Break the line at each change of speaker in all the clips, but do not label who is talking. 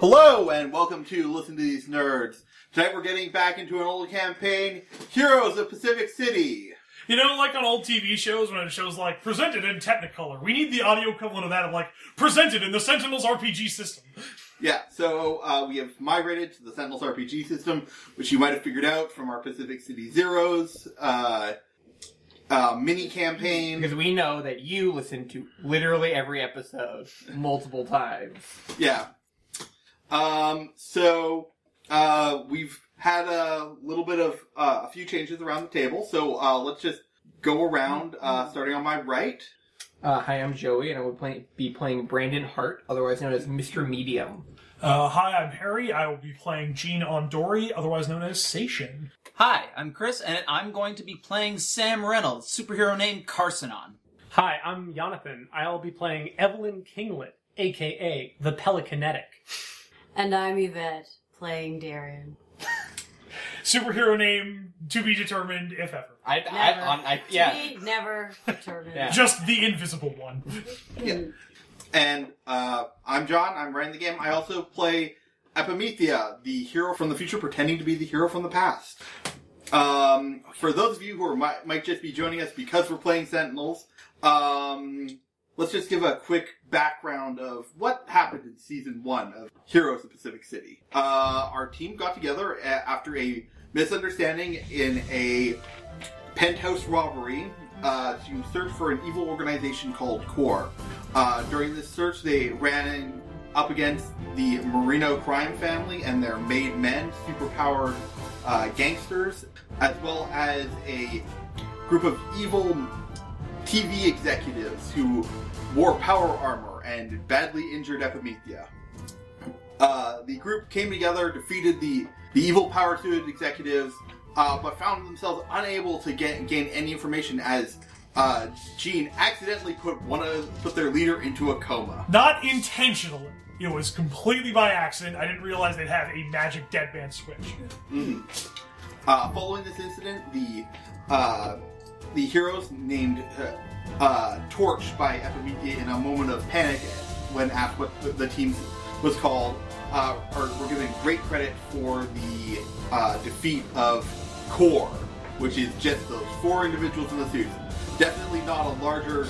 Hello and welcome to Listen to These Nerds. Tonight we're getting back into an old campaign, Heroes of Pacific City.
You know, like on old TV shows when it shows like presented in Technicolor, we need the audio equivalent of that of like presented in the Sentinels RPG system.
Yeah, so uh, we have migrated to the Sentinels RPG system, which you might have figured out from our Pacific City Zeros uh, uh, mini campaign.
Because we know that you listen to literally every episode multiple times.
Yeah. Um, so uh, we've had a little bit of uh, a few changes around the table, so uh, let's just go around, uh, starting on my right.
Uh, hi, I'm Joey, and I will play, be playing Brandon Hart, otherwise known as Mr. Medium.
Uh, hi, I'm Harry. I will be playing Gene Ondori, otherwise known as Sation.
Hi, I'm Chris, and I'm going to be playing Sam Reynolds, superhero named Carsonon.
Hi, I'm Jonathan. I'll be playing Evelyn Kinglet, aka the Pelicanetic.
And I'm Yvette, playing Darren.
Superhero name to be determined, if ever.
I,
Never.
I, on, I,
To
yeah.
be never determined.
Yeah.
Just the invisible one.
And uh, I'm John. I'm running the game. I also play Epimethea, the hero from the future, pretending to be the hero from the past. Um, for those of you who are, might, might just be joining us because we're playing Sentinels, um, let's just give a quick background of what happened in season one of Heroes of Pacific City. Uh, our team got together a- after a misunderstanding in a penthouse robbery uh, to search for an evil organization called Core. Uh, during this search, they ran in, up against the Marino crime family and their made men, superpowered uh, gangsters, as well as a group of evil TV executives who wore power armor and badly injured Epimethea. Uh, the group came together, defeated the, the evil power suited executives, uh, but found themselves unable to get gain any information as uh, Gene accidentally put one of put their leader into a coma.
Not intentionally. It was completely by accident. I didn't realize they'd have a magic deadband switch.
Uh, following this incident, the uh, the heroes named uh, uh, Torch by Epimethea in a moment of panic when asked what the- the team was called uh, are, were given great credit for the uh, defeat of Core, which is just those four individuals in the suits. Definitely not a larger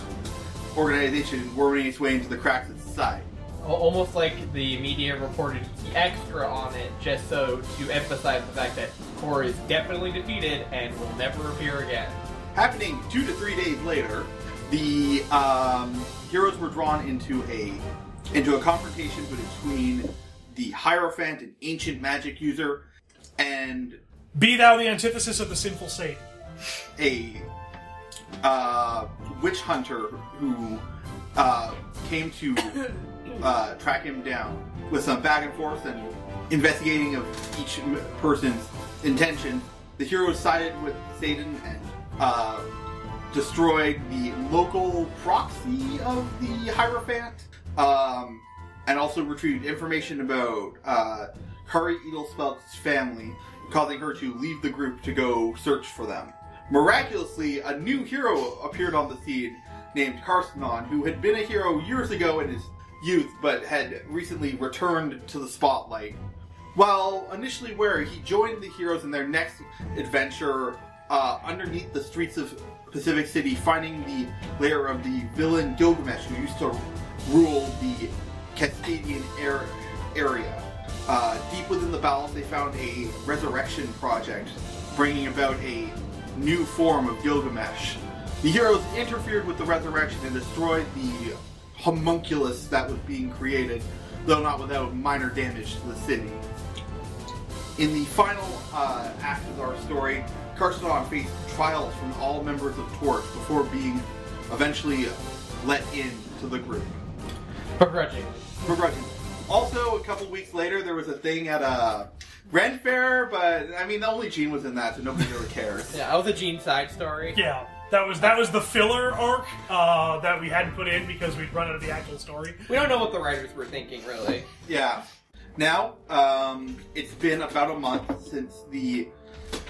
organization worming its way into the cracks of society.
Al- Almost like the media reported extra on it just so to emphasize the fact that Core is definitely defeated and will never appear again.
Happening two to three days later, the um, heroes were drawn into a into a confrontation between the Hierophant, an ancient magic user, and
Be thou the antithesis of the sinful Satan.
a uh, witch hunter who uh, came to uh, track him down with some back and forth and investigating of each m- person's intention. The heroes sided with Satan and uh, destroyed the local proxy of the Hierophant, um, and also retrieved information about uh, Kari Edelspelt's family, causing her to leave the group to go search for them. Miraculously, a new hero appeared on the scene named Carsonon, who had been a hero years ago in his youth, but had recently returned to the spotlight. While initially wary, he joined the heroes in their next adventure uh, underneath the streets of Pacific City, finding the lair of the villain Gilgamesh, who used to rule the Cascadian air- area. Uh, deep within the bowels, they found a resurrection project, bringing about a new form of Gilgamesh. The heroes interfered with the resurrection and destroyed the homunculus that was being created, though not without minor damage to the city. In the final uh, act of our story, Carsonon faced trials from all members of Torch before being eventually let in to the group.
Begrudgingly.
Begrudgingly. Also, a couple weeks later, there was a thing at a Ren Fair, but I mean, only Gene was in that, so nobody really cares.
Yeah, that was a Gene side story.
Yeah, that was that was the filler arc uh, that we hadn't put in because we'd run out of the actual story.
We don't know what the writers were thinking, really.
Yeah. Now, um, it's been about a month since the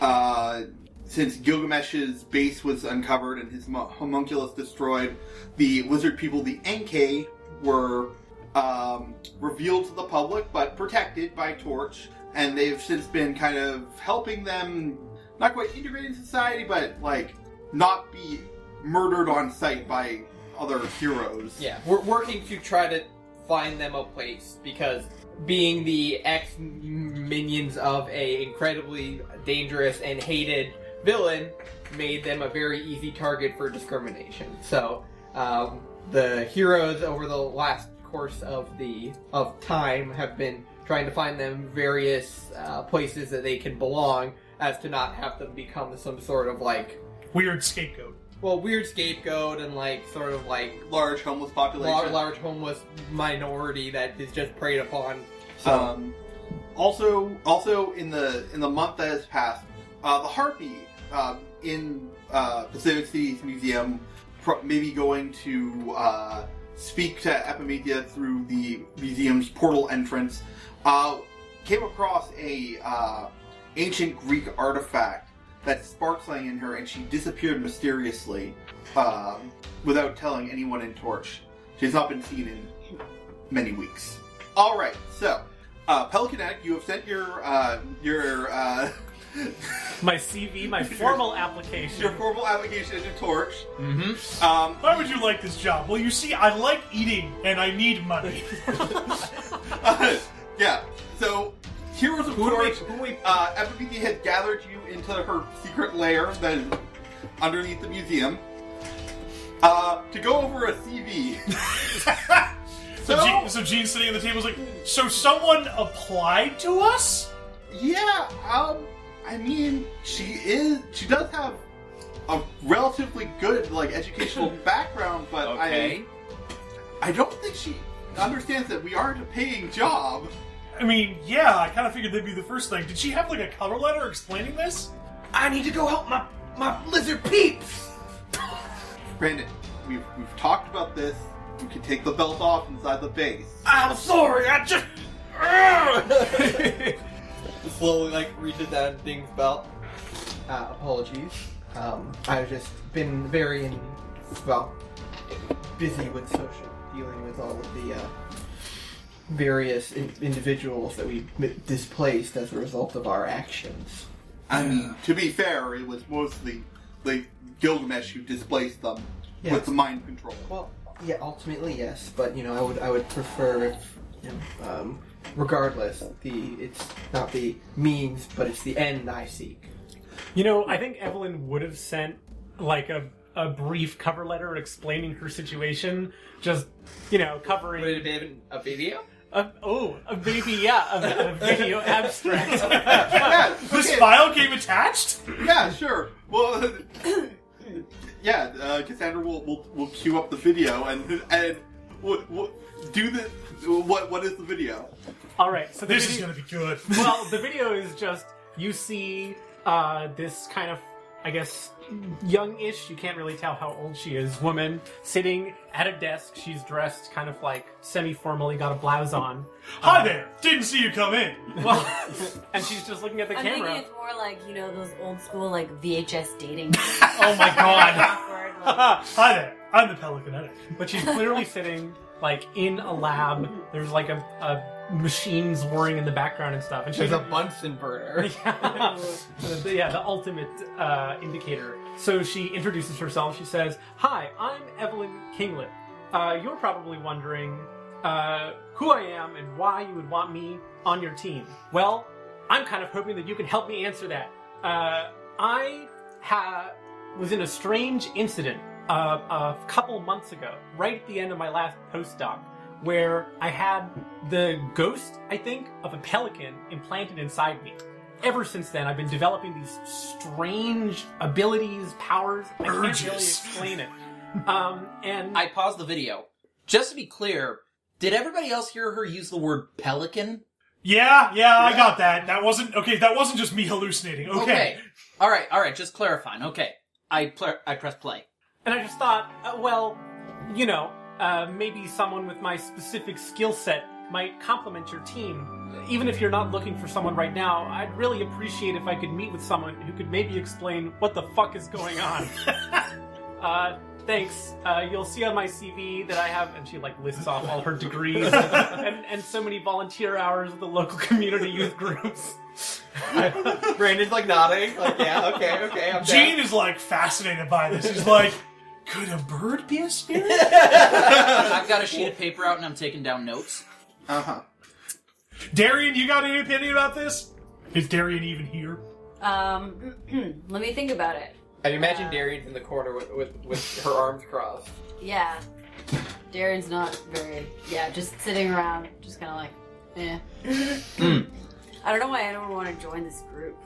uh, since Gilgamesh's base was uncovered and his mo- homunculus destroyed. The lizard people, the Enkei, were um, revealed to the public but protected by Torch, and they've since been kind of helping them not quite integrate in society, but like not be murdered on sight by other heroes.
Yeah, we're working to try to find them a place because being the ex minions of a incredibly dangerous and hated villain made them a very easy target for discrimination. So um, the heroes over the last course of the of time have been trying to find them various uh, places that they can belong as to not have them become some sort of like
Weird scapegoat.
well weird scapegoat and like sort of like
Large homeless population.
large, large homeless minority that is just preyed upon.
Um, also, also in the in the month that has passed, uh, the harpy um, in uh, Pacific City's museum, pro- maybe going to uh, speak to Epimetheus through the museum's portal entrance, uh, came across a uh, ancient Greek artifact that's sparkling in her, and she disappeared mysteriously um, without telling anyone in Torch. She's not been seen in many weeks. All right, so uh, Pelicanetic, you have sent your uh, your uh,
My CV, my formal application.
your formal application to Torch.
Mm-hmm.
Um,
Why would you like this job? Well, you see, I like eating and I need money.
yeah, so heroes of
Who do we-
Torch.
who we-
Uh, Epipethe has gathered you into her secret lair that is underneath the museum uh, to go over a CV.
So,
so
Gene, so Gene's sitting at the table is like, so someone applied to us?
yeah, um, I mean, she is she does have a relatively good like educational background, but I.
Okay.
I don't think she understands that we aren't a paying job.
I mean, yeah, I kind of figured that'd be the first thing. Did she have like a cover letter explaining this?
I need to go help my my lizard peeps.
Brandon, we've, we've talked about this. You can take the belt off inside the base.
I'm sorry, I just. Slowly, like reaches down and dings belt. Uh, apologies. Um, I've just been very in, well busy with social dealing with all of the uh, various in- individuals that we m- displaced as a result of our actions.
I mean, to be fair, it was mostly like Gilgamesh who displaced them
Yeah.
with the mind control.
Well, yeah, ultimately yes, but you know, I would I would prefer if, you know, um, regardless, the it's not the means, but it's the end I seek.
You know, I think Evelyn would have sent like a a brief cover letter explaining her situation, just you know, covering.
been a video?
A, oh, a baby, yeah, a, a video abstract.
yeah,
This
okay,
file came attached?
yeah, sure. Well, yeah, uh, Cassandra will will will queue up the video and and what, what, do the what what is the video?
All right, so the
This is
video,
gonna be good.
well, the video is just you see uh, this kind of, I guess, youngish. You can't really tell how old she is. Woman sitting at a desk. She's dressed kind of like semi-formally, got a blouse on,
Hi there, didn't see you come in.
well, and she's just looking at the
I'm
camera.
thinking it's more like, you know, those old school, like, VHS dating.
Oh my god.
Awkward, like,
Hi there, I'm the Pelicanetic.
but she's clearly sitting like in a lab. There's like a, a machines whirring in the background and stuff. And she's
There's a Bunsen burner.
yeah, the, yeah, the ultimate uh, indicator. So she introduces herself. She says, "Hi, I'm Evelyn Kinglet. Uh, you're probably wondering uh, who I am and why you would want me on your team. Well, I'm kind of hoping that you can help me answer that. Uh, I ha- was in a strange incident uh, a couple months ago, right at the end of my last postdoc, where I had the ghost, I think, of a pelican implanted inside me. Ever since then, I've been developing these strange abilities, powers. I can't really
Urges.
explain it. Um, and
I paused the video. Just to be clear, did everybody else hear her use the word pelican?
Yeah, yeah, I got that. That wasn't okay. That wasn't just me hallucinating. Okay,
All right, all right, just clarifying. Okay. I pl- I press play.
And I just thought, uh, well, you know, uh, maybe someone with my specific skill set might complement your team. Even if you're not looking for someone right now, I'd really appreciate if I could meet with someone who could maybe explain what the fuck is going on. uh, thanks. Uh, you'll see on my CV that I have, and she like lists off all her degrees and, and so many volunteer hours with the local community youth groups.
Brandon's like nodding, like yeah, okay, okay. I'm
Gene is like fascinated by this. He's like, could a bird be a spirit?
I've got a sheet of paper out and I'm taking down notes.
Uh huh.
Darian, you got any opinion about this? Is Darian even here?
Um, let me think about it.
I imagine Darian's in the corner with, with, with her arms crossed.
Yeah. Darren's not very. Yeah, just sitting around, just kind of like, eh.
Hmm.
I don't know why I don't want to join this group.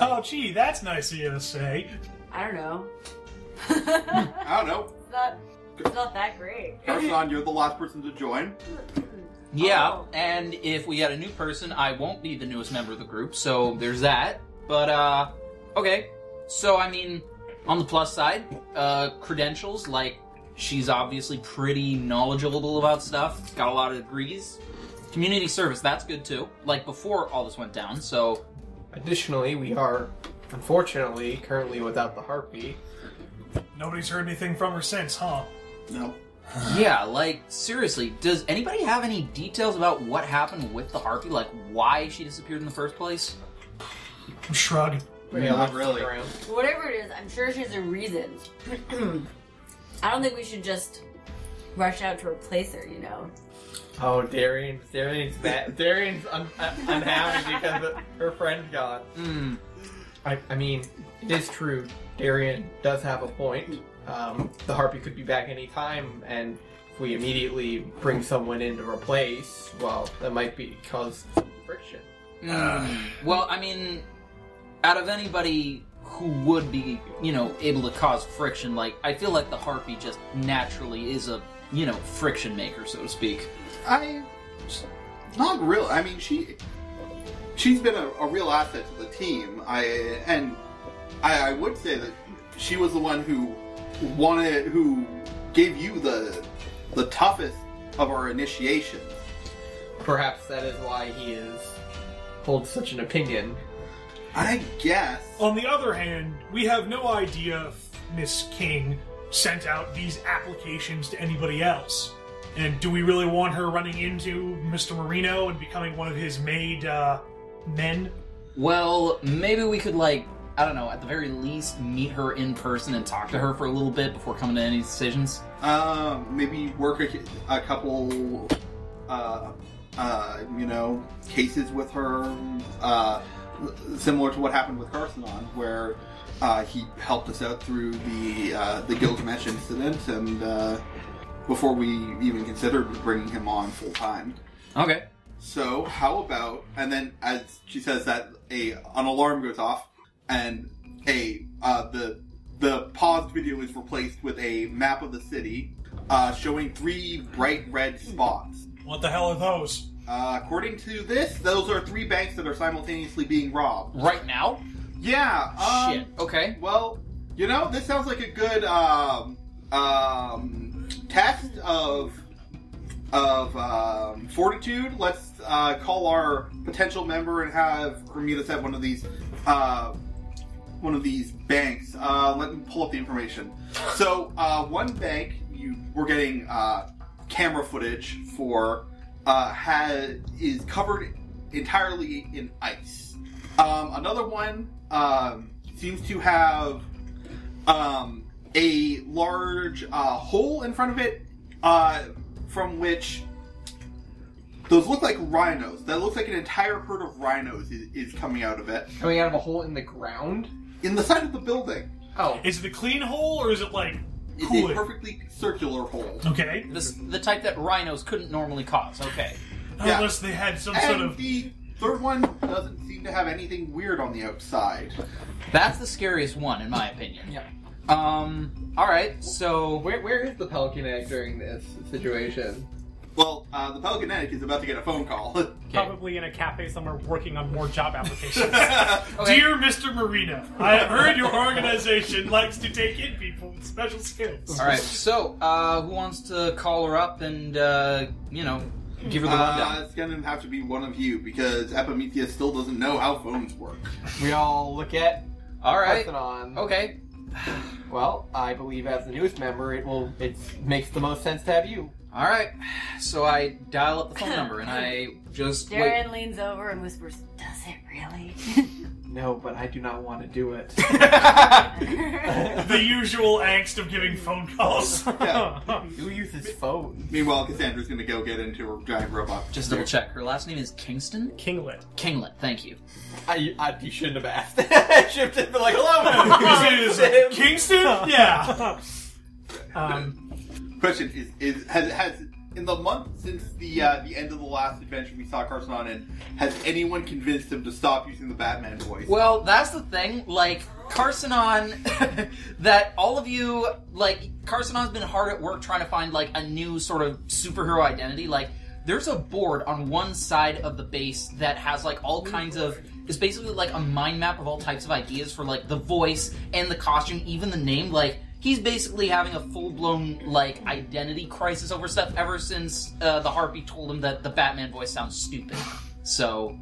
Oh, gee, that's nice of you to say.
I don't know. it's,
I don't know.
not, it's not that great.
Carson, you're the last person to join.
Yeah,
Oh.
and if we had a new person, I won't be the newest member of the group, so there's that. But, uh, okay. So, I mean, on the plus side, uh, credentials, like, she's obviously pretty knowledgeable about stuff, got a lot of degrees. Community service, that's good too, like before all this went down, so.
Additionally, we are unfortunately currently without the harpy.
Nobody's heard anything from her since, huh?
No.
Yeah, like, seriously, does anybody have any details about what happened with the Harpy? Like, why she disappeared in the first place?
Shrug.
Yeah,
Not
let's look
really.
around.
Whatever it is, I'm sure she has a reason. I don't think we should just rush out to replace her, you know?
Oh, Darian, Darian's mad. Darian's un- uh, unhappy because of her friend's gone.
Hmm.
I, I mean, it is true. Darian does have a point. Um, the harpy could be back any time, and if we immediately bring someone in to replace, well, that might be cause some friction.
Mm. well, I mean, out of anybody who would be, you know, able to cause friction, like I feel like the harpy just naturally is a, you know, friction maker, so to speak.
I. Not real. I mean, she. She's been a, a real asset to the team. I and I, I would say that she was the one who wanted, who gave you the the toughest of our initiation.
Perhaps that is why he is holds such an opinion.
I guess.
On the other hand, we have no idea if Miss King sent out these applications to anybody else. And do we really want her running into Mr. Marino and becoming one of his made uh, men?
Well, maybe we could like, I don't know, at the very least, meet her in person and talk to her for a little bit before coming to any decisions.
Um, maybe work a, a couple, uh, uh, you know, cases with her, uh, similar to what happened with Carsonon, where uh, he helped us out through the uh, the Gilgamesh incident, and uh, before we even considered bringing him on full time.
Okay.
So how about and then as she says that a an alarm goes off and a uh, the the paused video is replaced with a map of the city uh, showing three bright red spots.
What the hell are those?
Uh, according to this, those are three banks that are simultaneously being robbed.
Right now.
Yeah. Um,
Shit. Okay.
Well, you know this sounds like a good um, um, test of of um, fortitude. Let's uh, call our potential member and have her meet us at one of these uh, one of these banks. Uh, let me pull up the information. So uh, one bank you we're getting uh, camera footage for uh, has is covered entirely in ice. Um, another one um, seems to have um, a large uh, hole in front of it, uh, from which those look like rhinos. That looks like an entire herd of rhinos is, is coming out of it
Coming out of a hole in the ground?
in the side of the building.
Oh,
Is it a clean hole or is it like
It's
Cool.
a perfectly circular hole.
okay?
This the type that rhinos couldn't normally cause. Okay.
Yeah.
Unless they had some
And
sort of
the third one doesn't seem to have anything weird on the outside.
That's the scariest one, in my opinion.
Yeah.
Um. All right. So.
where, where is the pelican egg during this situation?
Well, uh, the Pelican Egg is about to get a phone call. Uh,
Probably in a cafe somewhere working on more job applications.
Okay.
Dear Mr. Marino, I have heard your organization likes to take in people with special skills.
All right. So, uh, who wants to call her up and uh, you know give her the
Uh,
rundown?
it's gonna have to be one of you because Epimetheus still doesn't know how phones work.
We all Oh, look at
All right.
Parthenon.
Okay.
Well, I believe as the newest member, it will it makes the most sense to have you.
All right. So I dial up the phone number and I just wait.
Darren leans over and whispers, "Does it really?"
No, but I do not want to do it.
The usual angst of giving phone calls.
Yeah.
Who uses phone?
Meanwhile, Cassandra's gonna go get into her giant robot.
Just double check. Her last name is Kingston
Kinglet.
Kinglet. Thank you.
I, I you shouldn't have asked. I should have just been like, hello.
This is Kingston? Yeah.
Um,
Question is, is has, has in the month since the uh, the end of the last adventure we saw Carson on in, has anyone convinced him to stop using the Batman voice?
Well, that's the thing. Like Carsonon, that all of you like Carsonon's been hard at work trying to find like a new sort of superhero identity. Like there's a board on one side of the base that has like all kinds of it's basically like a mind map of all types of ideas for like the voice and the costume, even the name. Like he's basically having a full blown like identity crisis over stuff ever since uh, the harpy told him that the Batman voice sounds stupid. So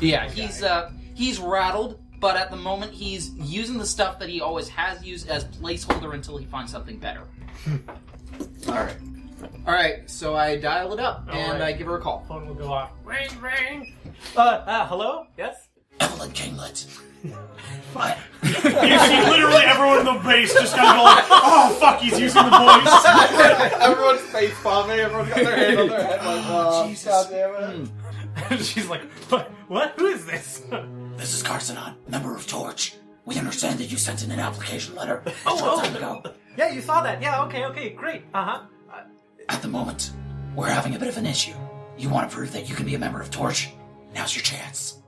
yeah, he's uh he's rattled, but at the moment he's using the stuff that he always has used as placeholder until he finds something better.
All right.
All right, so I dial it up
All
and
right.
I give her a call.
phone will go off. Ring, ring. Uh, uh, hello? Yes?
Evelyn Kinglet.
You see, literally everyone in the base just kind of go like, "Oh fuck, he's using the voice."
everyone's face bombing. Everyone's got their hand on their head. Like, oh,
Jesus.
God damn it.
She's like, what? what? Who is this?
This is Carsonon, member of Torch. We understand that you sent in an application letter a
Oh,
short time ago.
yeah, you saw that. Yeah, okay, okay, great. Uh-huh.
At the moment, we're having a bit of an issue. You want to prove that you can be a member of Torch? Now's your chance.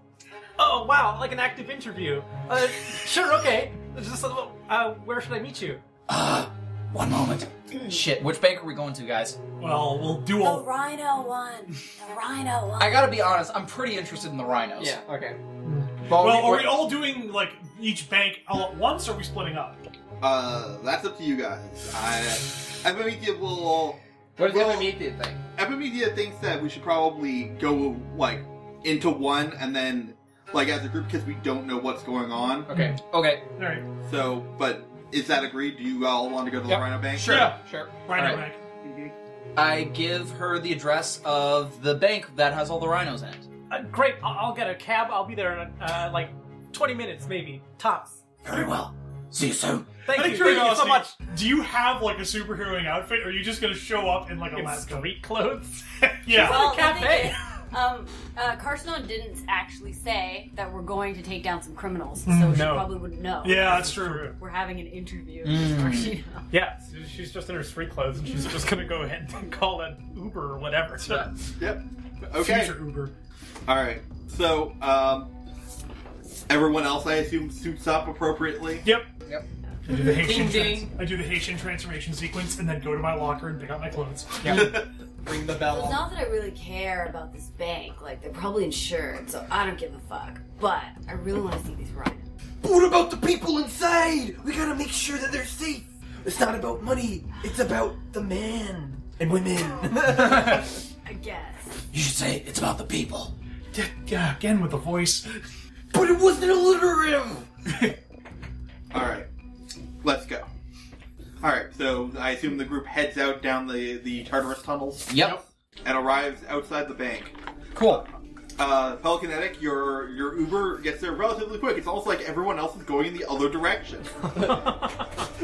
Oh, wow, like an active interview. Uh, sure, okay. Just, uh, where should I meet you?
Uh, one moment.
Shit, which bank are we going to, guys?
Well, we'll do
the
all.
Rhino one. The Rhino one.
I gotta be honest, I'm pretty interested in the rhinos.
Yeah. Okay.
Well, are we all doing like each bank all at once? Or are we splitting up?
Uh, that's up to you guys. I Epimedia will.
What is
Well-
well, the meet thing?
Epimedia thinks that we should probably go like into one and then like as a group because we don't know what's going on.
Okay.
Okay.
All right.
So, but is that agreed? Do you all want to go to the
Yep.
Rhino Bank?
Sure.
Yeah.
Sure.
Rhino
All
bank.
Mhm.
I give her the address of the bank that has all the rhinos in it.
Uh, great, I'll, I'll get a cab. I'll be there in, uh, like 20 minutes, maybe. Tops.
Very well. See you soon.
Thank
Out
you,
of
thank you so
curiosity,
much.
Do you have like a superheroing outfit, or are you just gonna show up in like a
In
lab coat?
street clothes.
Yeah.
It's a cafe.
thing is, um, uh, Carson didn't actually say that we're going to take down some criminals, so she
no.
probably wouldn't know.
Mm, Yeah, that's true.
We're having an interview.
Mm.
Or she-
Yeah, so she's just in her street clothes, and she's just gonna go ahead and call an Uber or whatever.
Yeah.
Yep. Okay.
Future Uber.
All right. So, um, everyone else, I assume, suits up appropriately.
Yep.
Yep.
I do the Haitian.
Ding, ding.
trans- I do the Haitian transformation sequence, and then go to my locker and pick up my clothes.
Ring the
So
bell.
it's not that I really care about this bank. Like, they're probably insured, so I don't give a fuck. But I really want to see these rhinos.
But what about the people inside? We gotta make sure that they're safe. It's not about money, it's about the man and women.
I guess.
you should say it's about the people.
Yeah, yeah, again with the voice.
But it wasn't alliterative!
All right. Let's go. All right. So, I assume the group heads out down the the Tartarus tunnels
Yep.
and arrives outside the bank.
Cool.
Uh, Pelicanetic, your your Uber gets there relatively quick. It's almost like everyone else is going in the other direction.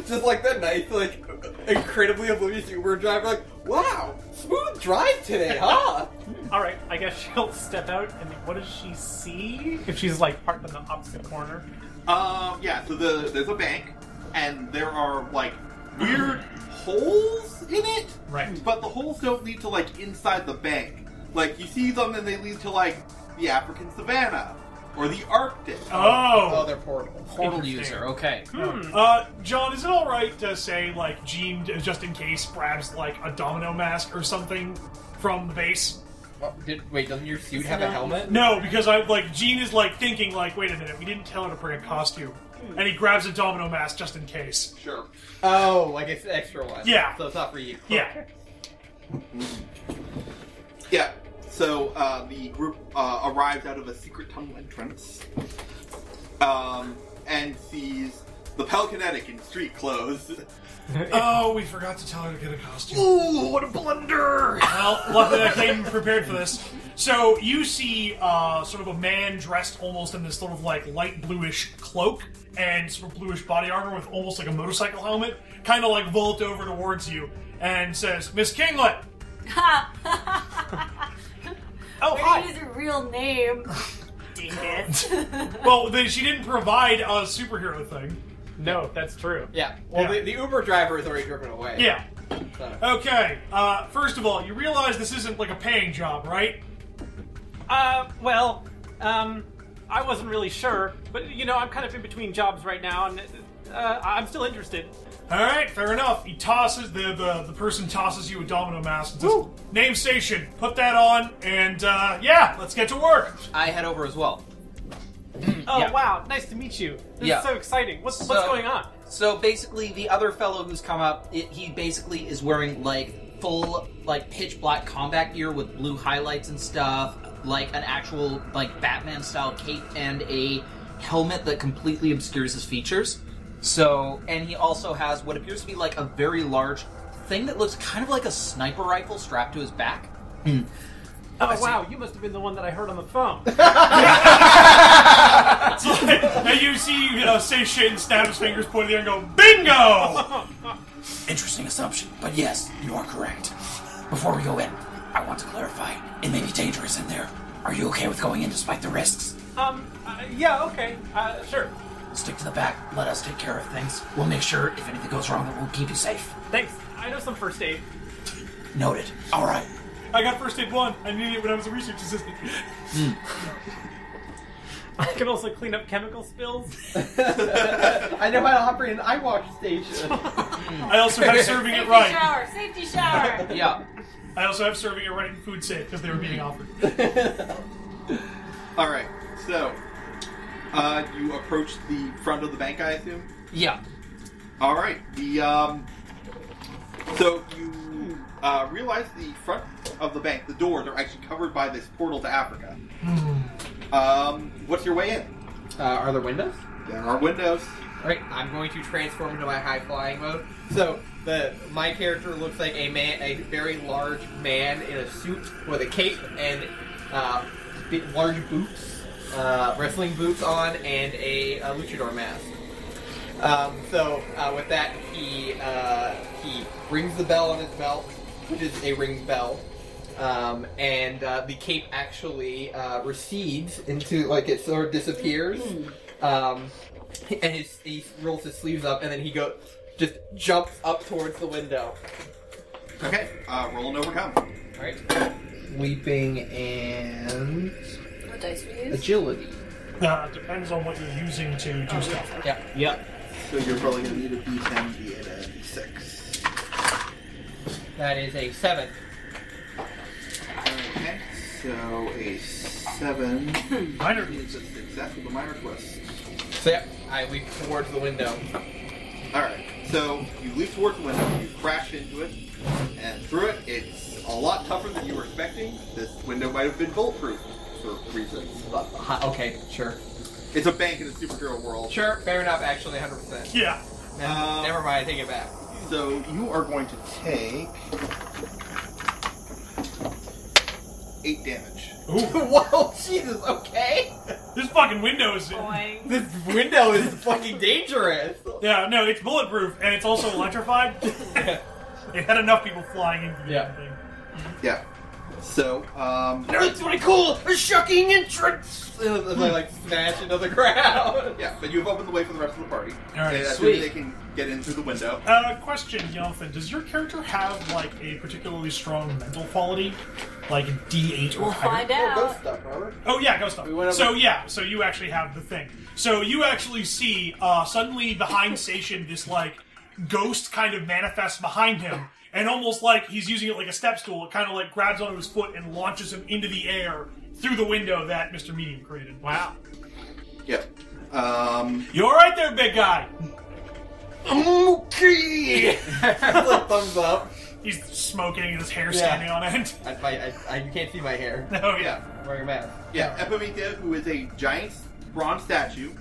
Just like that nice, like incredibly oblivious Uber driver. Like, wow, smooth drive today, huh?
All right, I guess she'll step out, and what does she see? If she's like parked in the opposite corner,
Um, yeah. So the there's a bank, and there are like weird holes in it.
Right.
But the holes don't lead to like inside the bank. Like you see them, and they lead to like the African savannah or the Arctic.
Oh.
Other portal.
Portal
Interesting.
user. Okay.
Uh, John, is it all right to say like Gene, just in case, grabs like a domino mask or something from the base?
Oh, did, wait, doesn't your suit have a helmet?
No, because I like Gene is like thinking like, wait a minute, we didn't tell her to bring a costume, and he grabs a domino mask just in case.
Sure.
Oh, like it's an extra one.
Yeah.
So it's not for you.
Yeah.
Yeah. So uh, the group uh, arrives out of a secret tunnel entrance, um, and sees the Pelkinetic in street clothes.
Oh, we forgot to tell her to get a costume.
Ooh, what a blunder!
Well, luckily I came prepared for this. So you see uh, sort of a man dressed almost in this sort of like light bluish cloak and sort of bluish body armor with almost like a motorcycle helmet, kind of like vault over towards you and says, "Miss Kinglet." Oh,
Where
hi.
did you use your real name? Dink it.
Well, they, she didn't provide a superhero thing.
No, that's true.
Yeah. Well,
Yeah.
The, the Uber driver is already driven away.
Yeah.
So.
Okay. Uh, first of all, you realize this isn't like a paying job, right?
Uh, well, um, I wasn't really sure, but you know, I'm kind of in between jobs right now, and uh, I'm still interested.
All right, fair enough. He tosses the the, the person tosses you a domino mask and says,
Woo.
"Name station, put that on, and uh, yeah, let's get to work."
I head over as well.
Oh
Yeah.
wow, nice to meet you. This
Yeah.
is so exciting. What's what's
So-
going on?
So basically, the other fellow who's come up, it, he basically is wearing like full, like pitch black combat gear with blue highlights and stuff, like an actual like Batman style cape and a helmet that completely obscures his features. So, and he also has what appears to be like a very large thing that looks kind of like a sniper rifle strapped to his back.
Oh wow, you must have been the one that I heard on the phone.
So, and you see, you know, station snap his fingers, point in the air, and go, "Bingo!"
Interesting assumption, but yes, you are correct. Before we go in, I want to clarify. It may be dangerous in there. Are you okay with going in despite the risks?
um, uh, yeah, okay, uh, sure.
Stick to the back. Let us take care of things. We'll make sure if anything goes wrong that we'll keep you safe.
Thanks. I know some first aid.
Noted. All right.
I got first aid one. I needed it when I was a research assistant.
I can also clean up chemical spills.
I know how to operate an eye wash station.
I also have serving it
Safety
right.
shower. Safety shower.
Yeah.
I also have serving it right in food safe because they were being offered.
Uh,
All right, so uh, you approach the front of the bank, I assume.
Yeah.
All right, the um, so you uh, realize the front of the bank, the doors are actually covered by this portal to Africa. Um, what's your way in?
Uh, are there windows?
There are windows.
Alright, I'm going to transform into my high flying mode. So the my character looks like a man, a very large man in a suit with a cape and uh, big, large boots, uh, wrestling boots on, and a, uh luchador mask. Um, so uh, with that, he uh, he rings the bell on his belt, which is a ring bell. Um, and uh, the cape actually uh, recedes into like it sort of disappears. Um, and his, he rolls his sleeves up, and then he go just jumps up towards the window.
Okay, uh, roll and overcome.
All right, leaping and
What dice we use?
agility.
Uh, depends on what you're using to do stuff.
Yep,
So you're probably gonna need a D10, D8, and D6.
that is a seven.
Okay, so a seven
Minor.
is a success with a minor twist.
So yeah, I leap towards the window.
All right, so you leap towards the window, you crash into it, and through it, it's a lot tougher than you were expecting. This window might have been bulletproof for reasons.
Uh, hi- Okay, sure,
It's a bank in a superhero world.
sure, fair enough. Actually, hundred percent.
Yeah.
Um,
Never mind, I take it back.
So you are going to take eight damage.
Whoa, Jesus. Okay,
This fucking window is.
Boing.
this window is fucking dangerous.
Yeah, no, it's bulletproof and it's also electrified. it had enough people flying into the
Yeah.
thing.
Yeah. So, um,
It's really cool. A shocking entrance. As I like smash into the ground.
yeah, but you've opened the way for the rest of the party.
All right,
And as soon
sweet.
as they can get in through the window.
Uh, question, Jonathan. Does your character have like a particularly strong mental quality, like D eight or
We'll
higher?
find out.
stuff, Robert.
Oh yeah, ghost stuff.
went over-
so yeah, so you actually have the thing. So you actually see uh, suddenly behind Station this like ghost kind of manifests behind him, and almost like he's using it like a step stool. It kind of like grabs onto his foot and launches him into the air through the window that Mister Medium created. Wow.
Yeah. Um,
You all right there, big guy?
Okay. thumbs up.
He's smoking and his hair
Yeah.
standing on end.
I, I, I, you can't see my hair.
Oh yeah.
I'm wearing a mask.
yeah, Epimethea, who is a giant bronze statue,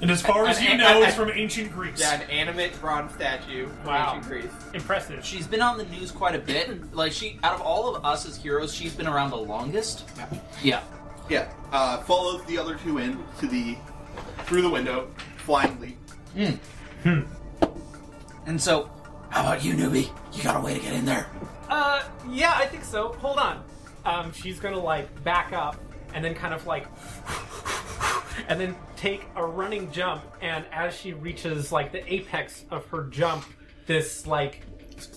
And as far as you know, it's from ancient Greece.
Yeah, an animate bronze statue. from
Wow.
Ancient Greece.
Impressive.
She's been on the news quite a bit. Like she, out of all of us as heroes, she's been around the longest. Yeah.
Yeah, uh, follows the other two in to the through the window, flying leap.
And so,
How about you, newbie? You got a way to get in there?
Uh, yeah, I think so. Hold on. Um, she's gonna like back up and then kind of like, and then take a running jump. And as she reaches like the apex of her jump, this like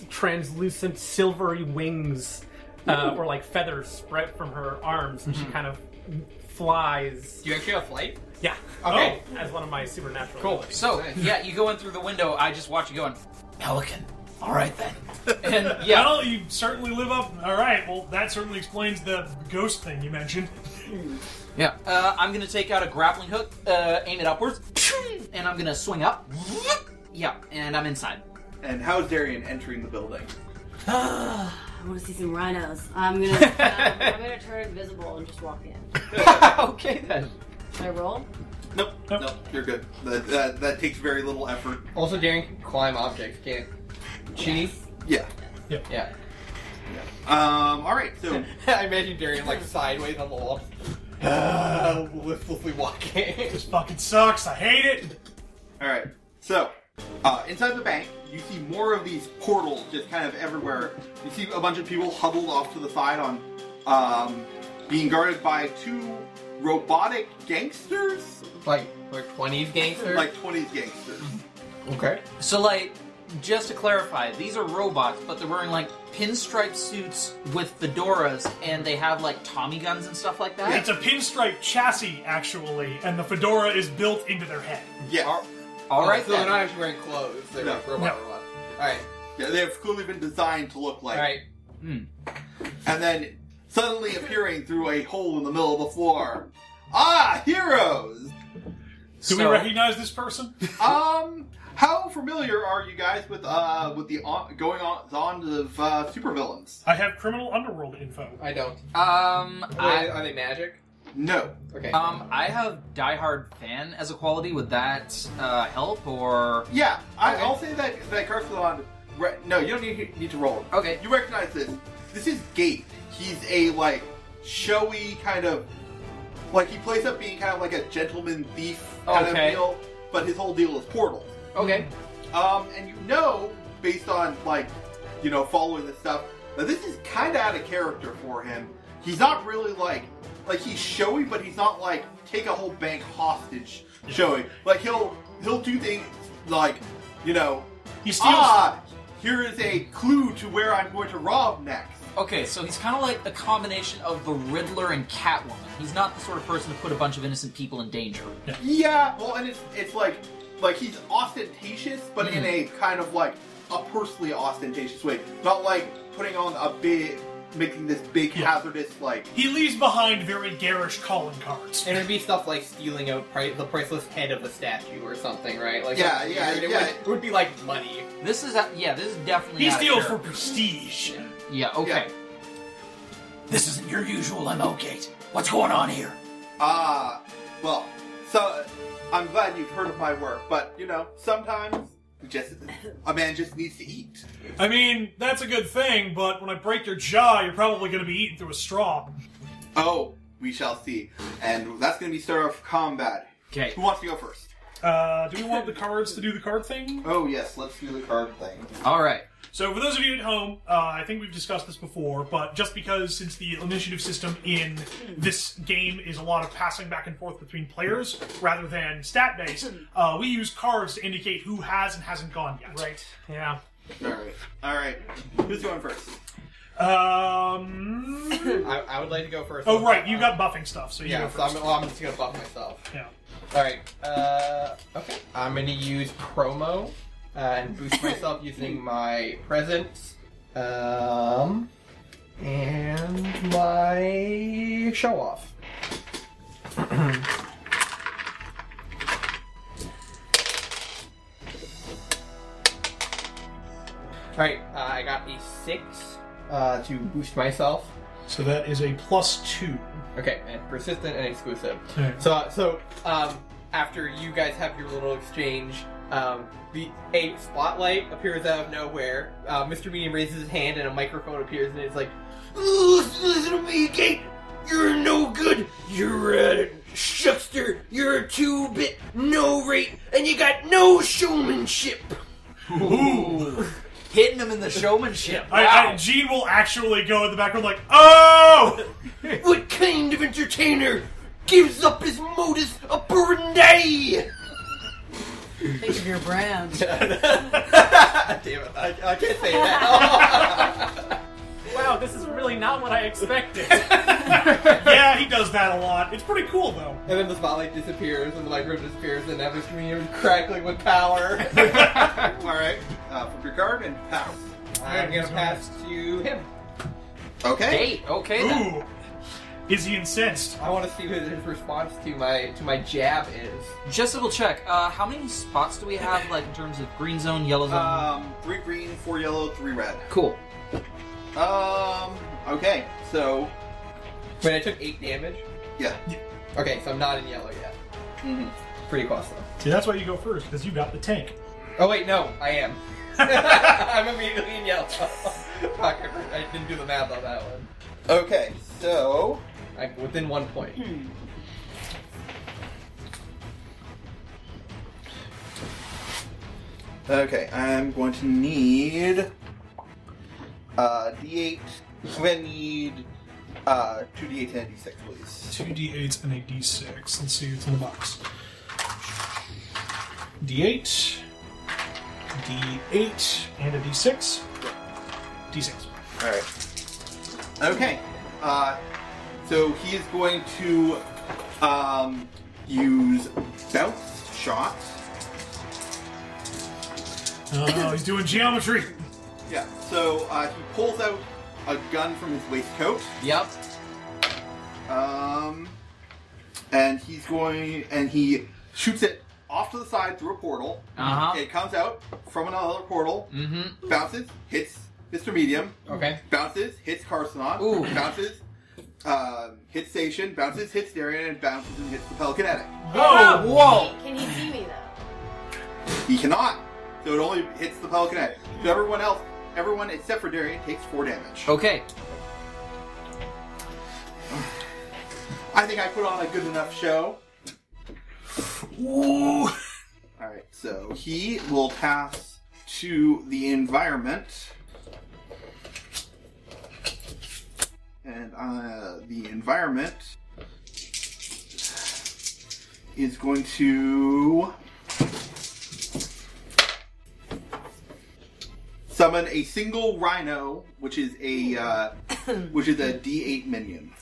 translucent silvery wings uh, or like feathers sprout from her arms, and she kind of flies.
Do you actually have flight?
Yeah.
Okay.
Oh, as one of my supernatural. abilities.
so yeah, you go in through the window. I just watch you going,
Pelican. All right then.
and yeah,
Well, you certainly live up. All right. Well, that certainly explains the ghost thing you mentioned.
yeah. Uh, I'm gonna take out a grappling hook, uh, aim it upwards, and I'm gonna swing up. Yeah, and I'm inside.
And how is Darian entering the building?
Ah.
I want to see some rhinos. I'm gonna, um, I'm gonna turn invisible and just walk in.
okay then.
Should I roll?
Nope, nope, you're good. That, that, that takes very little effort.
Also, Darren can climb objects, can't she?
Yeah.
Yeah.
Um. All right. So
I imagine Darian like sideways on the wall, uh, listlessly walking.
This fucking sucks. I hate it.
All right. So, uh, inside the bank, you see more of these portals just kind of everywhere. You see a bunch of people huddled off to the side on, um, being guarded by two robotic gangsters,
like like twenties gangster.
like 20s gangsters.
okay.
So like, just to clarify, these are robots, but they're wearing like pinstripe suits with fedoras, and they have like Tommy guns and stuff like that.
It's a pinstripe chassis, actually, and the fedora is built into their head.
Yeah.
All right
So
then.
they're not actually wearing clothes. They're
No.
like robot robot. All right.
yeah, they have clearly been designed to look
All
like.
right.
And then suddenly appearing through a hole in the middle of the floor. Ah, heroes.
Do we
So-
recognize this person?
Um, how familiar are you guys with uh with the on- going on on of uh, supervillains?
I have criminal underworld info.
I don't.
Um,
Are they,
I,
are they magic? Uh,
No.
Okay.
um, I have diehard fan as a quality. Would that uh, help or?
Yeah, I,
Okay.
I'll say that that Garcelon. Re- no, you don't need, need to roll.
Okay.
You recognize this. This is Gate. He's a like showy kind of like he plays up being kind of like a gentleman thief kind
Okay.
of deal, but his whole deal is portal.
Okay.
Um, and you know, based on like you know following the stuff, that this is kind of out of character for him. He's not really like like he's showy, but he's not like take a whole bank hostage showy. Like he'll he'll do things like you know
He steals.
ah here is a clue to where I'm going to rob next.
Okay, so he's kind of like a combination of the Riddler and Catwoman. He's not the sort of person to put a bunch of innocent people in danger.
Yeah, well, and it's it's like like he's ostentatious, but in a kind of like a personally ostentatious way, not like putting on a big, making this big
Yeah.
hazardous like.
He leaves behind very garish calling cards.
And it'd be stuff like stealing a pri- the priceless head of a statue or something, right? Like
Yeah,
it-
yeah,
It would,
yeah.
It would be like money.
This is, a, yeah, this is definitely.
He
out of
steals for
character.
prestige.
Yeah. Okay.
This isn't your usual MO gate. What's going on here?
Ah, well, so I'm glad you've heard of my work, but you know sometimes just a man just needs to eat.
I mean, that's a good thing, but when I break your jaw, you're probably going to be eaten through a straw.
Oh, we shall see, and that's going to be start off combat.
Okay.
Who wants to go first?
Uh, do we want the cards to do the card thing?
Oh yes, let's do the card thing.
All right.
So, for those of you at home, uh, I think we've discussed this before, but just because since the initiative system in this game is a lot of passing back and forth between players rather than stat based, uh, we use cards to indicate who has and hasn't gone yet.
Right. Yeah.
All right, all right. Who's going first?
Um.
I, I would like to go first.
oh, right. You got buffing stuff, so you go
Yeah. So I'm,
first.
well, I'm just gonna buff myself.
yeah.
All right. Uh, okay. I'm gonna use promo uh, and boost myself using my presence, um, and my show off. All right. Uh, I got a six uh, to boost myself.
So that is a plus two.
Okay, and persistent and exclusive.
Okay.
So, so um, after you guys have your little exchange, um, the, a spotlight appears out of nowhere. Uh, Mr. Medium raises his hand, and a microphone appears, and it's like,
Listen, listen to me, Kate. You're no good. You're a shuckster. You're a two-bit no rate, and you got no showmanship.
Hitting him in the showmanship.
I, I, Gene will actually go in the background like, oh!
What kind of entertainer gives up his modus operandi?
Think of your brand.
"Damn it, I, I can't say that."
Wow, this is really not what I expected.
yeah, he does that a lot. It's pretty cool, though.
and then the spotlight disappears, and the microphone disappears, and now Mr. Medium is crackling with power.
All right, uh, from your guard and pass.
I'm gonna pass to him.
Okay.
Hey, okay then.
Ooh. Is he incensed?
I want to see what his response to my to my jab is.
Just double check. Uh, how many spots do we have, like in terms of green zone, yellow zone?
Um, three green, four yellow, three red.
cool.
Um. Okay. So.
But I took eight damage.
Yeah.
Okay, so I'm not in yellow yet.
Mhm.
Pretty close though.
See, that's why you go first, because you got the tank.
Oh wait, no, I am. I'm immediately in yellow. Fuck, I for- I didn't do the math on that one.
Okay. So.
I'm within one point.
Okay. I'm going to need. Uh, D8. I'm gonna need. Uh, two D8 and a D6, please.
Two D8s and a D6. Let's see what's in the box. D8, D8, and a D6. D6.
All right. Okay. Uh, so he is going to um, use bounce shot.
Oh, no, he's doing geometry.
Yeah. So uh, he pulls out a gun from his waistcoat,
Yep.
um, and he's going and he shoots it off to the side through a portal.
Uh huh.
It comes out from another portal,
Mm-hmm.
bounces, hits Mr. Medium,
Okay.
bounces, hits Carsonon,
Ooh.
bounces, um, hits Station, bounces, hits Darian, and bounces and hits the Pelicanetic.
Whoa! Whoa!
Can he see me though?
He cannot. So it only hits the Pelicanetic. So everyone else, everyone except for Darian, takes four damage.
Okay.
I think I put on a good enough show.
Ooh.
All right, so he will pass to the environment, and uh, the environment is going to summon a single rhino, which is a uh, which is a D8 minion.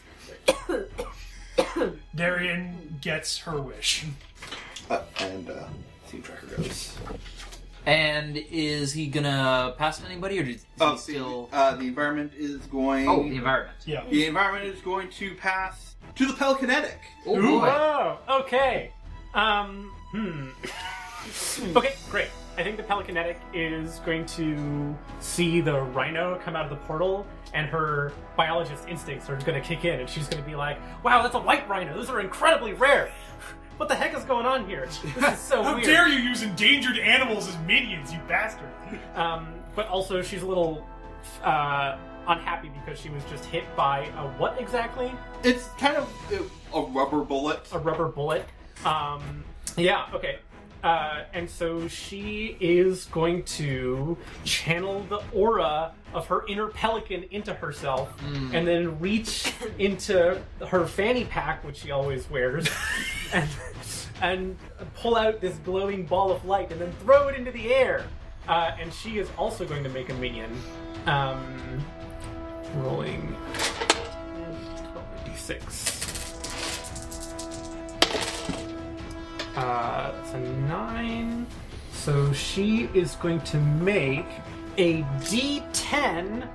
Darian gets her wish.
Uh, and uh, see where tracker goes.
And is he gonna pass to anybody, or does is
Oh,
he still?
the, uh, the environment is going.
Oh, the environment.
Yeah.
The environment is going to pass to the Pelkinetic.
Oh
Ooh.
boy.
Whoa, okay. Um, hmm. okay, great. I think the Pelicanetic is going to see the rhino come out of the portal, and her biologist instincts are going to kick in, and she's going to be like, wow, that's a white rhino. Those are incredibly rare. What the heck is going on here? This is so
How
weird.
dare you use endangered animals as minions, you bastard!
Um, but also, she's a little uh, unhappy because she was just hit by a what exactly?
It's kind of uh, a rubber bullet.
a rubber bullet. Um, yeah, okay. Uh, and so she is going to channel the aura of her inner pelican into herself and then reach into her fanny pack, which she always wears, and, and pull out this glowing ball of light and then throw it into the air. Uh, and she is also going to make a minion. Um, rolling 12d6. Uh, that's a nine. So she is going to make a D10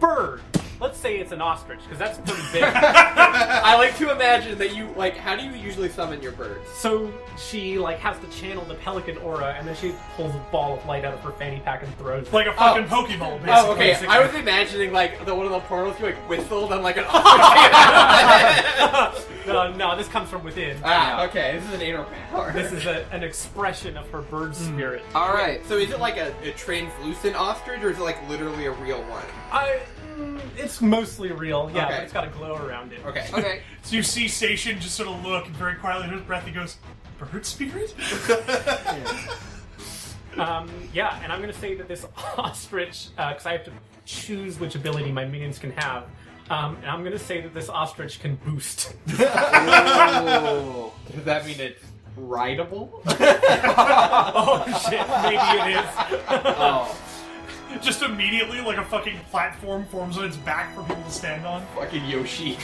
bird. Let's say it's an ostrich because that's pretty big.
I like to imagine that you like. How do you usually summon your birds?
So she like has to channel the pelican aura, and then she pulls a ball of light out of her fanny pack and throws. it.
Like a fucking Pokeball, basically.
Oh, okay. I was imagining like the one of the portals you like whistled and like an ostrich.
no, no, this comes from within.
ah, okay. This is an anal power.
This is a, an expression of her bird
Hmm.
spirit.
All right.
So is it like a, a translucent ostrich, or is it like literally a real one?
I, mm, it's mostly real, yeah,
Okay.
but it's got a glow around it.
Okay.
Okay.
So you see Station just sort of look and very quietly under his breath, he goes, Bird spirit?
Um, yeah, and I'm gonna say that this ostrich, because I have to choose which ability my minions can have, um, and I'm gonna say that this ostrich can boost.
Does that mean it's rideable?
oh shit, maybe it is.
Oh.
just immediately, like a fucking platform forms on its back for people to stand on.
Fucking Yoshi.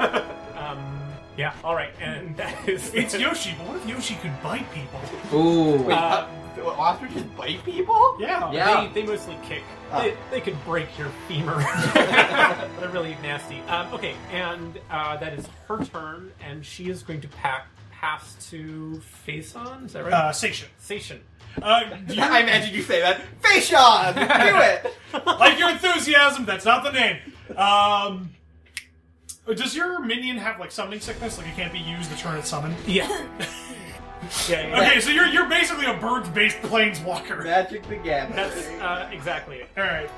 um, yeah, all right, and that is
It's Yoshi, but what if Yoshi could bite people?
Ooh.
Uh,
Do ostriches bite people?
Yeah.
Yeah.
They, they mostly kick. They, they could break your femur. They're really nasty. Um, okay, and uh, that is her turn, and she is going to pack pass to Faison. Is that right?
Uh, Station.
Station.
Uh, you,
I imagine you say that. Face on! Do it!
like your enthusiasm, that's not the name. Um, does your minion have like summoning sickness? Like it can't be used to turn its summon?
Yeah. yeah. yeah.
Okay, so you're you're basically a bird-based planeswalker.
Magic the Gathering.
That's uh, exactly it.
All right.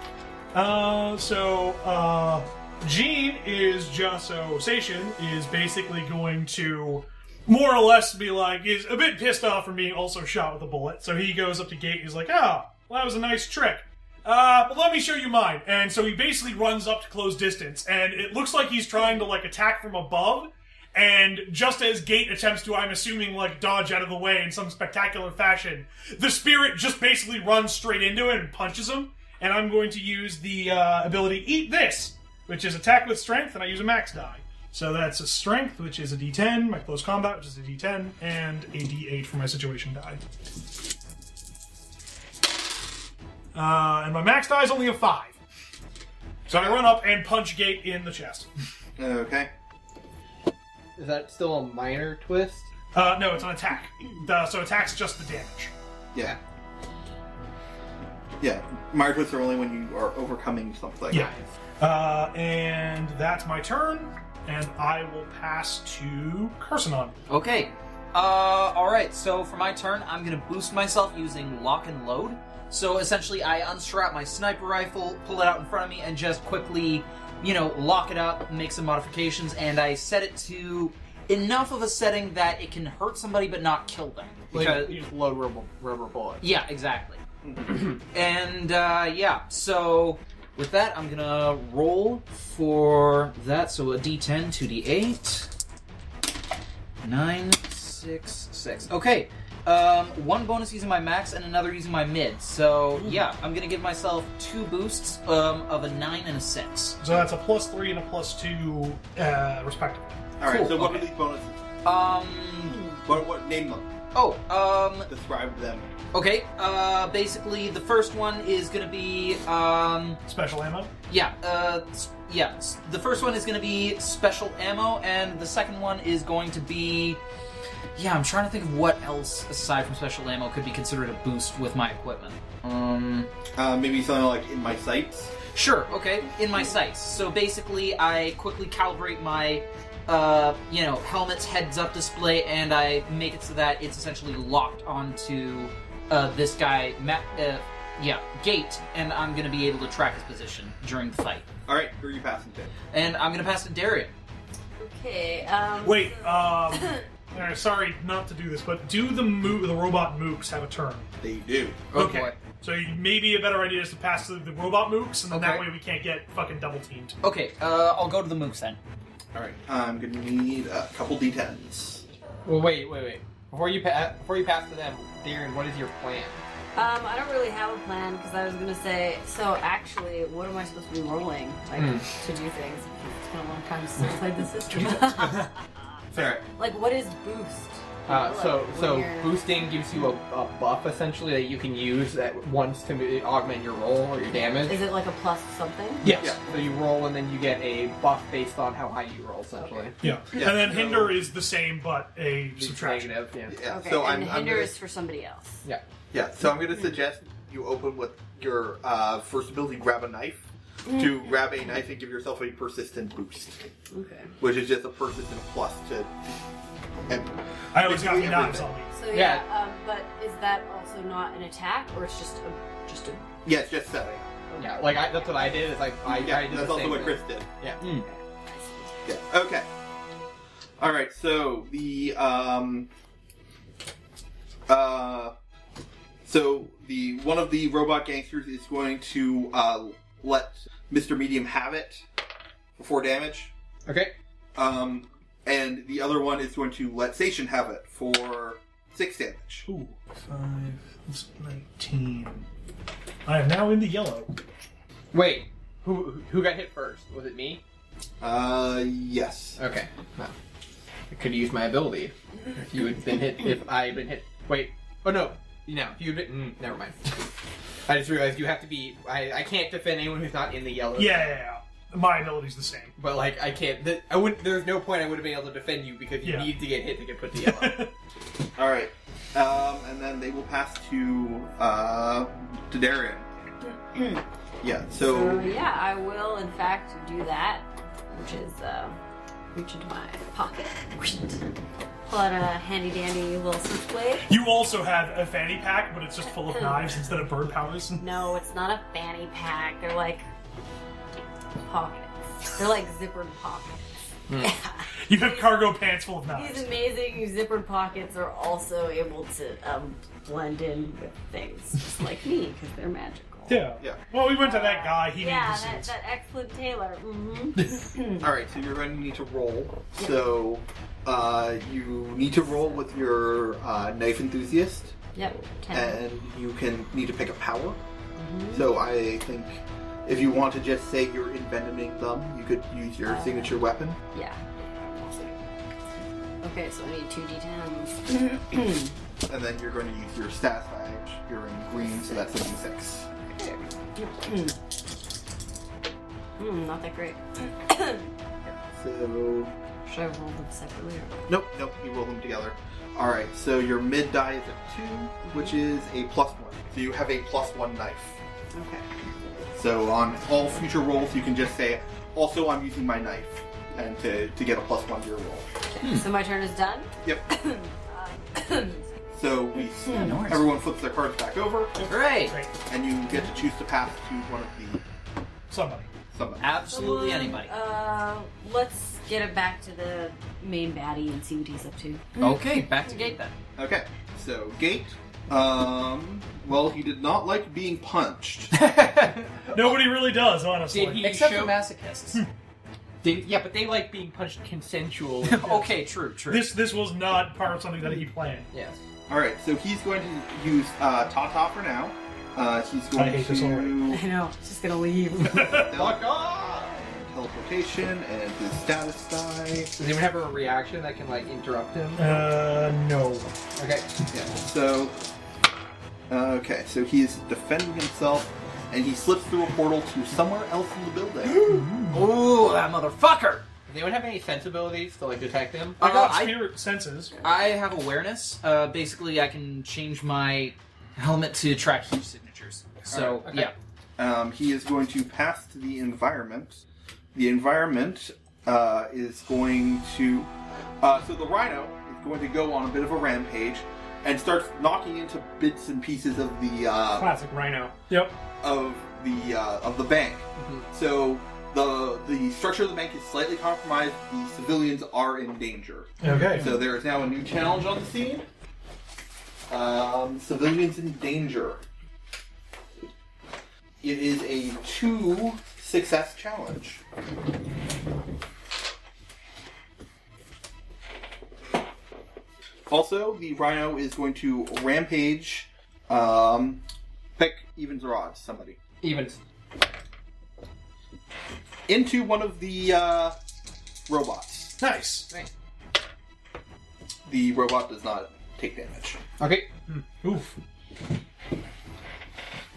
Uh, so uh, Gene is just so Sation is basically going to more or less be like is a bit pissed off from being also shot with a bullet. So he goes up to Gate. He's like, "Ah, well, that was a nice trick." Uh, but let me show you mine. And so he basically runs up to close distance, and it looks like he's trying to like attack from above. And just as Gate attempts to, I'm assuming, like dodge out of the way in some spectacular fashion, the spirit just basically runs straight into it and punches him. And I'm going to use the uh, ability Eat This, which is attack with strength, and I use a max die. So that's a strength, which is a d10, my close combat, which is a d10, and a d8 for my situation die. Uh, and my max die is only a 5. So I run up and punch Gate in the chest.
Okay.
Is that still a minor twist?
Uh, no, it's an attack. Uh, so attack's just the damage.
Yeah. Yeah. Minor twists are only when you are overcoming something.
Yeah. Uh, and that's my turn, and I will pass to Cursinon.
Okay. Uh, all right. So for my turn, I'm gonna boost myself using lock and load. So essentially, I unstrap my sniper rifle, pull it out in front of me, and just quickly, you know, lock it up, make some modifications, and I set it to enough of a setting that it can hurt somebody but not kill them. Because-
you just load rubber, rubber bullet.
yeah, exactly. and uh, yeah, so with that, I'm gonna roll for that. So a D10, 2D8, nine, six, six. Okay. Um, one bonus using my max and another using my mid. So yeah, I'm gonna give myself two boosts um, of a nine and a six.
So that's a plus three and a plus two, uh, respectively.
All right.
Cool,
So what
okay.
are these bonuses?
Um.
What, what name them?
Oh. Um.
Describe them.
Okay. Uh. Basically, the first one is gonna be um.
Special ammo.
Yeah, uh, s- yeah. s- The first one is going to be special ammo, and the second one is going to be. Yeah, I'm trying to think of what else aside from special ammo could be considered a boost with my equipment. Um,
Uh, maybe something like in my sights.
sure, okay. In my sights. So basically, I quickly calibrate my, uh, you know, helmet's heads-up display, and I make it so that it's essentially locked onto uh, this guy, ma- uh, yeah, gate, and I'm going to be able to track his position during the fight.
All right. Who are you passing to?
And I'm gonna pass to Darian.
Okay. Um,
Wait, um, uh, sorry not to do this, but do the moo- the robot mooks have a turn?
They do.
Oh,
okay.
boy.
So you- maybe a better idea is to pass the, the robot mooks, and then that
Okay.
way we can't get fucking double teamed.
Okay, uh, I'll go to the mooks then.
All right. I'm gonna need a couple d10s.
Well, wait, wait, wait. Before you pa- before you pass to them, Darren, what is your plan?
Um, I don't really have a plan because I was gonna say. So actually, what am I supposed to be rolling like to do things? Because It's been a long time since I played the system.
All right.
like, what is boost?
Uh, so,
Like,
so
when you're-
boosting gives you a, a buff essentially that you can use at once to m- augment your roll or your damage.
Is it like a plus something?
Yes. So you roll and then you get a buff based on how high you roll essentially.
Yeah.
Yeah,
and then
so-
hinder is the same, but a
It's
subtraction.
negative, yeah.
Yeah,
Okay,
so
and
I'm,
hinder
I'm gonna,
is for somebody else.
yeah, so I'm going to suggest you open with your uh, first ability, grab a knife.
Mm.
To grab a knife and give yourself a persistent boost,
Okay.
which is just a persistent plus to. And
I always got
Basically
knives on
everything.
me.
So yeah,
Yeah.
um, but is that also not an attack, or it's just a just a?
yeah, it's just setting.
Yeah, like I, that's what I did. Is like I, I
Yeah,
did
that's
the
also
same
what
thing.
Chris did.
I see.
Yeah. Okay. All right. So the um uh so the one of the robot gangsters is going to uh let Mr. Medium have it for four damage.
Okay.
Um and the other one is going to let Station have it for six damage.
Ooh, five. That's nineteen. I am now in the yellow.
Wait, who who got hit first? Was it me?
Uh yes.
Okay. No. I could have used my ability. If you had been hit, if I had been hit. Wait. Oh no. No. If you had been. Mm, never mind. I just realized you have to be. I, I can't defend anyone who's not in the yellow.
Yeah, yeah, yeah, yeah. My ability's the same.
But like I can't. Th- I wouldn't. There's no point I would have been able to defend you because you
Yeah.
need to get hit to get put to yellow.
All right. Um, and then they will pass to uh, to Darian. yeah.
So
So
yeah, I will in fact do that, which is uh, reach into my pocket, pull out a handy dandy little switchblade.
you also have a fanny pack, but it's just full of knives instead of bird powders.
No, it's not a fanny pack. They're like pockets. They're like zippered pockets.
You have cargo pants full of knives.
These amazing zippered pockets are also able to um, blend in with things, just like me, because they're magical.
Yeah.
Yeah.
Well, we went to that guy. He
yeah,
needs
that,
needed the suits.
that excellent tailor. hmm
all right. So you're going to need to roll. So uh, you need to roll with your uh, knife enthusiast,
Yep, ten.
and you can need to pick a power. So I think if you want to just say you're envenoming them, you could use your
Uh,
signature weapon.
yeah. Okay, so I need two d10s.
And then you're going to use your stat badge. You're in green, so that's a d6.
Hmm, not that great.
So
Should I roll them separately? Or...
Nope, nope, you roll them together. Alright, so your mid die is a 2, which is a plus 1. So you have a plus 1 knife.
Okay.
So on all future rolls, you can just say, also I'm using my knife, and to, to get a plus 1 to your roll.
So my turn is done.
Yep.
Uh,
so we
no worries.
everyone flips their cards back over,
Hooray!
Great.
and you get to choose to pass to one of the
Somebody.
somebody.
Absolutely
Someone,
anybody.
Uh, let's get it back to the main baddie and see what he's up to.
Okay, back to gate then.
Okay, so gate. Um, well, he did not like being punched.
Nobody really does, honestly.
Did he
Except
show?
for masochists.
did, yeah, but they like being punched consensually.
okay, true, true.
This this was not part of something that he planned.
yes.
Alright, so he's going to use uh, Tata for now. Uh, he's going
I hate
to
this already.
I know. Just gonna leave.
tele- teleportation and his status die.
Does anyone have a reaction that can like interrupt him?
Uh, no.
Okay.
Yeah, so. uh, Okay, so he is defending himself and he slips through a portal to somewhere else in the building.
Ooh, that motherfucker!
Does anyone have any sensibilities to like detect him?
I got
Uh, I-
spirit senses.
I have awareness. Uh, basically, I can change my helmet to track heat signatures. So,
Alright, okay.
yeah.
um, he is going to pass to the environment. The environment uh, is going to. Uh, so the rhino is going to go on a bit of a rampage and starts knocking into bits and pieces of the uh,
Classic Rhino.
Yep.
of the uh, of the bank. So the the structure of the bank is slightly compromised. The civilians are in danger.
Okay.
So there is now a new challenge on the scene. Um, civilians in danger. It is a two success challenge. Also, the rhino is going to rampage. Um, pick evens or odds, somebody
Evens.
into one of the uh, robots.
Nice.
The robot does not take damage.
Okay.
Oof.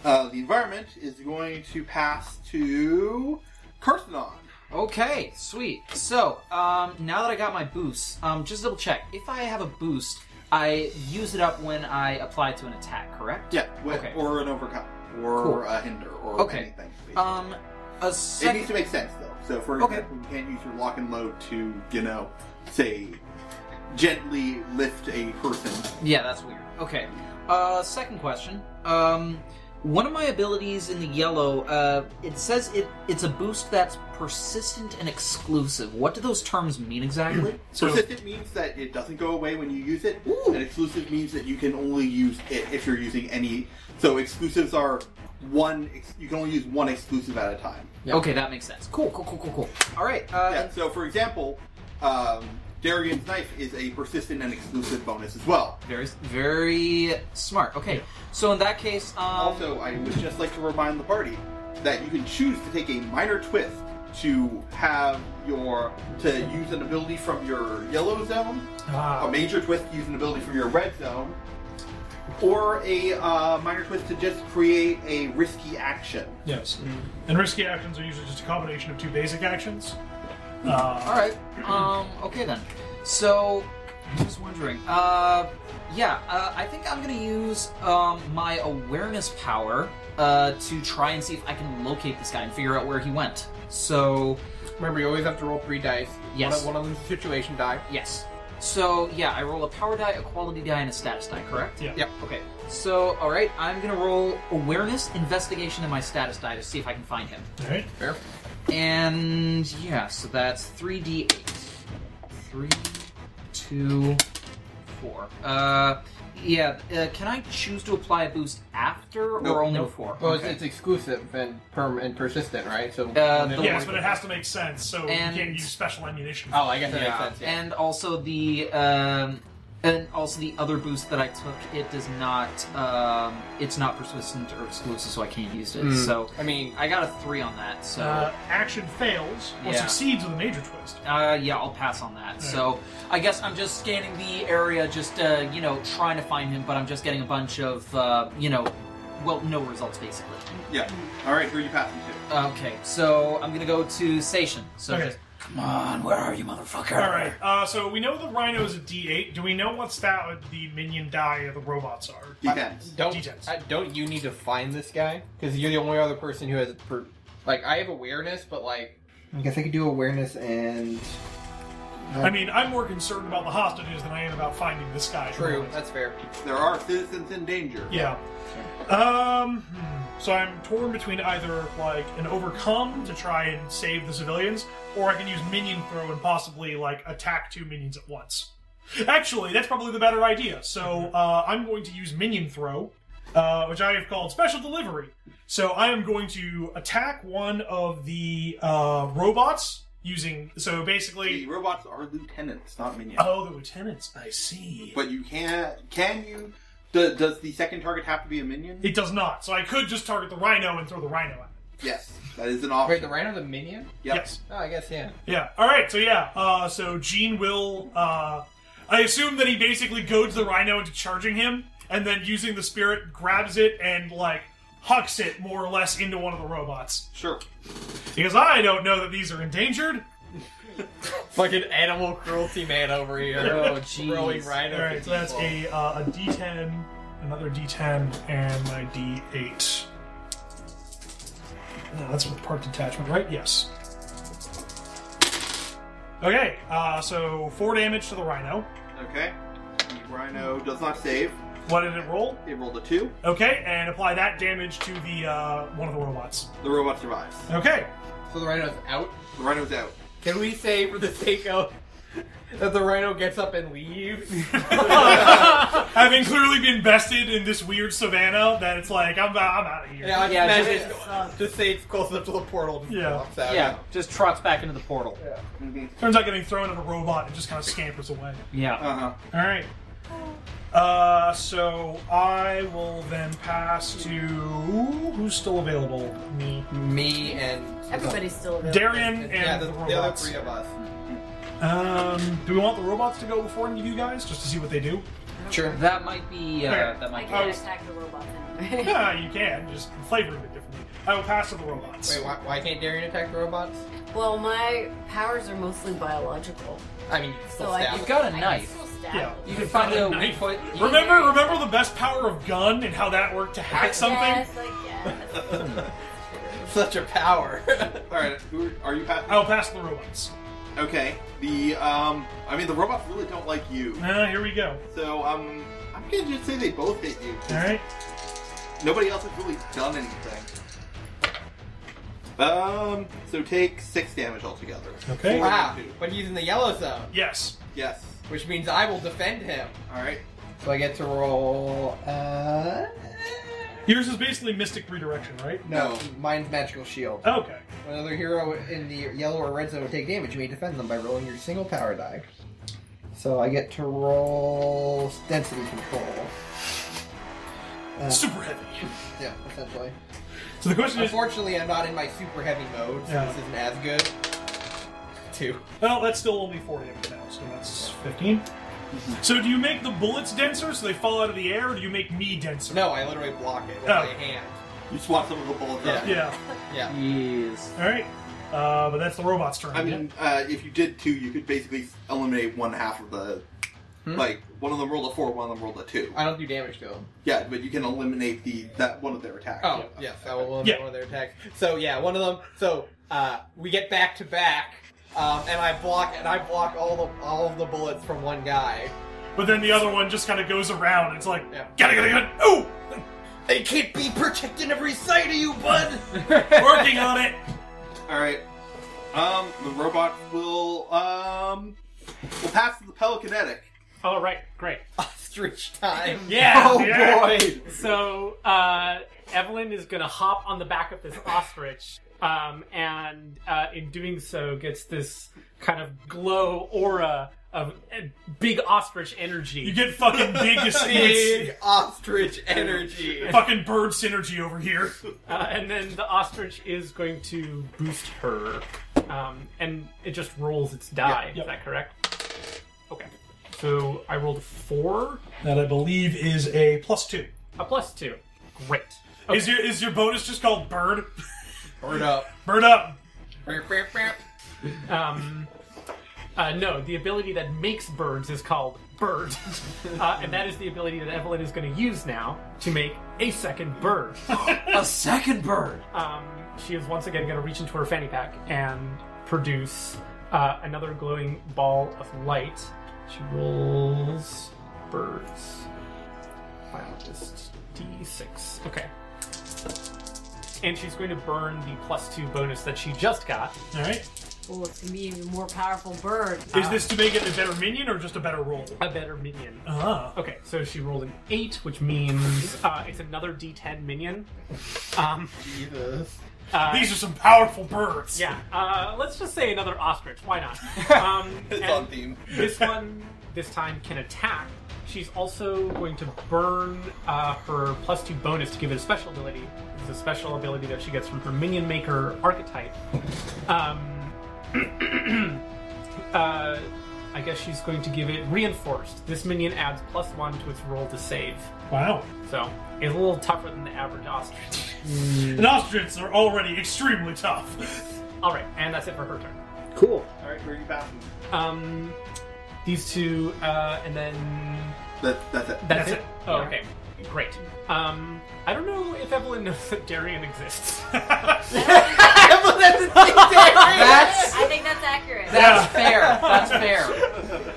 Uh, the environment is going to pass to Carthanon.
Okay, sweet. So, um, now that I got my boost, um, just double check. If I have a boost, I use it up when I apply to an attack, correct?
Yeah, with,
Okay.
or an overcome, or
Cool.
a hinder, or
Okay.
anything.
Um, a
it
second.
needs to make sense though. So for
Okay.
example, you can't use your lock and load to, you know, say gently lift a person.
Yeah, that's weird. Okay. Uh, second question. Um, one of my abilities in the yellow, uh, it says it it's a boost that's persistent and exclusive. What do those terms mean exactly?
So
Persistent means that it doesn't go away when you use it,
Ooh.
and exclusive means that you can only use it if you're using any. So exclusives are one. ex- You can only use one exclusive at a time.
Okay, that makes sense. Cool, cool, cool, cool, cool. All right. Uh,
Yeah. So for example, um, Darian's knife is a persistent and exclusive bonus as well.
Very, very smart. Okay, so in that case, um,
Also, I would just like to remind the party that you can choose to take a minor twist to have your to use an ability from your yellow zone, a
Ah.
major twist to use an ability from your red zone, or a uh, minor twist to just create a risky action.
Yes. And risky actions are usually just a combination of two basic actions. Uh,
all right. Um, okay then. So, I'm just wondering. Uh, yeah, uh, I think I'm gonna use um, my awareness power uh, to try and see if I can locate this guy and figure out where he went. So,
Remember, you always have to roll three dice.
Yes.
One, one of them's a situation die.
yes. So yeah, I roll a power die, a quality die, and a status die. Correct.
Yeah.
Yep. Okay. So all right, I'm gonna roll awareness, investigation, and my status die to see if I can find him.
all right.
Fair.
And yeah, so that's 3d8. 3, 2, 4. Uh, yeah, uh, can I choose to apply a boost after
No,
or only
no.
before?
Well,
Okay.
it's, it's exclusive and perm and persistent, right? So.
Uh, the-
Yes, but it has to make sense. So
And-
you can't use special ammunition.
oh, I guess that
yeah.
makes sense. Yeah.
And also the. Um, and also the other boost that I took, it does not, um, it's not persistent or exclusive, so I can't use it.
Mm.
So
I mean,
I got a three on that. So
Uh, action fails or
Yeah.
succeeds with a major twist.
Uh, yeah, I'll pass on that. So I guess I'm just scanning the area, just uh, you know, trying to find him. But I'm just getting a bunch of uh, you know, well, no results basically.
Yeah. All right, who are you passing to?
Okay, so I'm gonna go to Station. So
Okay.
just,
Come on, where are you, motherfucker?
All right. Uh, so we know the rhino is a D8. Do we know what stat uh, the minion die of the robots are?
Defense.
D10s.
don't uh, don't you need to find this guy? Because you're the only other person who has per- like I have awareness, but like I guess I could do awareness and
I mean, I'm more concerned about the hostages than I am about finding this guy.
true. That's fair.
There are citizens in danger.
Yeah. Um. hmm. So I'm torn between either like an overcome to try and save the civilians, or I can use minion throw and possibly like attack two minions at once. Actually, that's probably the better idea. So uh, I'm going to use minion throw, uh, which I have called special delivery. So I am going to attack one of the uh, robots using. So
The
basically,
robots are lieutenants, not minions.
oh, the lieutenants. I see.
But you can can you? Do, does the second target have to be a minion?
It does not. So I could just target the rhino and throw the rhino at. it.
Yes, that is an option.
Wait, the rhino's a minion?
Yep.
Yes.
Oh, I guess yeah.
Yeah. All right. So yeah. Uh, so Gene will. Uh, I assume that he basically goads the rhino into charging him, and then using the spirit grabs it and like hucks it more or less into one of the robots.
Sure.
Because I don't know that these are endangered.
Fucking animal cruelty man over here.
Oh, jeez.
Throwing rhino.
All right. So that's a uh, a D10, another D10, and my D8. Uh, that's with part detachment, right? Yes. Okay. Uh, so four damage to the rhino.
Okay. The rhino does not save.
What did it roll?
It rolled a two.
Okay, and apply that damage to the uh, one of the robots.
The robot survives.
Okay.
So the rhino's out.
The rhino's out.
Can we say for the sake of that the rhino gets up and leaves?
Having clearly been bested in this weird savannah, that it's like I'm, I'm out of here.
yeah, I
Yeah,
imagine
just-
it's- just, say it's close enough to the portal. Just
Yeah.
walks out.
yeah, just trots back into the portal.
Turns out getting thrown at a robot and just kind of scampers away.
Yeah.
Uh huh.
All right. Uh, so I will then pass to who's still available? Me,
Me and
Everybody's still available.
Darian, and
yeah, the,
the
the other
robots.
three of us.
Um, do we want the robots to go before any of you guys, just to see what they do?
Sure. That might be. Uh,
Okay.
That
I
might be.
can't attack the robots anyway.
Yeah, you can. Just flavor it a bit differently. I will pass to the robots.
Wait, why, why can't Darian attack the robots?
well, my powers are mostly biological,
I mean, you can still
so I
stab
can,
You've got a
I can
knife.
still stab
Yeah.
them.
You can find a
Knife.
weak point. you-
Remember, remember the best power of gun and how that worked to hack something.
Yes, I guess.
such a power.
All right, who are, are you
I
passing?
will pass to the robots.
Okay. The um, I mean the robots really don't like you,
Uh, here we go.
so um, I'm gonna just say they both hit you. 'cause
All right.
Nobody else has really done anything. Um, so take six damage altogether.
Okay.
wow, but he's in the yellow zone,
Yes.
Yes.
which means I will defend him.
All right.
So I get to roll. Uh,
Yours is basically mystic redirection, right?
no,
No.
mine's magical shield.
Okay.
When another hero in the yellow or red zone will take damage, you may defend them by rolling your single power die. So I get to roll density control. Uh,
Super heavy.
yeah, essentially.
So the question is,
Unfortunately, I'm not in my super heavy mode, so
Yeah.
this isn't as good. Two.
well, that's still only four damage now, so that's fifteen. So do you make the bullets denser so they fall out of the air, or do you make me denser?
No, I literally block it with
Oh.
my hand.
You swap some of the bullets.
Yeah.
out.
Yeah.
Yeah.
Jeez.
All right. Uh, but that's the robot's turn.
I mean, uh, if you did two, you could basically eliminate one half of the. Like one of them rolled a four, one of them rolled a two.
Hmm? I don't do damage to them.
Yeah, but you can eliminate the that one of their attacks.
Oh, yes, I will eliminate
Yeah.
one of their attacks. So yeah, one of them. So uh, we get back to back, um, and I block and I block all the all of the bullets from one guy.
but then the other one just kind of goes around. It's like,
Yeah.
gotta, gotta, gotta. Oh,
I can't be protecting every side of you, bud!
working on it.
All right. Um, the robot will um will pass to the pelicanetic.
All right, great.
Ostrich time. Oh,
Yeah.
Yeah.
boy!
So uh, Evelyn is going to hop on the back of this ostrich, um, and uh, in doing so, gets this kind of glow aura of uh, big ostrich
You
energy.
get fucking big,
Big ostrich energy.
fucking bird synergy over here.
Uh, and then the ostrich is going to boost her, um, and it just rolls its die.
yeah.
Is that correct? Okay. So I rolled a four,
That I believe is a plus two.
a plus two. Great. Okay.
Is your is your bonus just called bird?
Word up.
Bird up.
Burp, burp, burp.
Um, uh, no, the ability that makes birds is called bird, uh, and that is the ability that Evelyn is going to use now to make a second bird.
A second bird.
Um, she is once again going to reach into her fanny pack and produce uh, another glowing ball of light. She rolls birds. Biologist D6. Okay. And she's going to burn the plus two bonus that she just got.
All right.
Oh, it's gonna be even more powerful bird.
Is this to make it a better minion or just a better roll?
A better minion.
Ah.
Okay, so she rolled an eight, which means uh, it's another D10 minion. Um,
Jesus.
uh,
These are some powerful birds.
yeah, uh, let's just say another ostrich. Why not? Um,
It's
and
on theme.
this one, this time, can attack. She's also going to burn uh, her plus two bonus to give it a special ability. It's a special ability that she gets from her minion maker archetype. Um, uh, I guess she's going to give it reinforced. This minion adds plus one to its roll to save.
Wow.
So it's a little tougher than the average ostrich.
And ostriches are already extremely tough.
All right, and that's it for her turn.
Cool.
All right, where are you passing?
Um, these two, uh, and then
That that's it.
that's,
That's
it.
it.
Oh, okay, great. Um, I don't know if Evelyn knows that Darien exists.
That's
I think that's accurate.
that's fair. That's fair.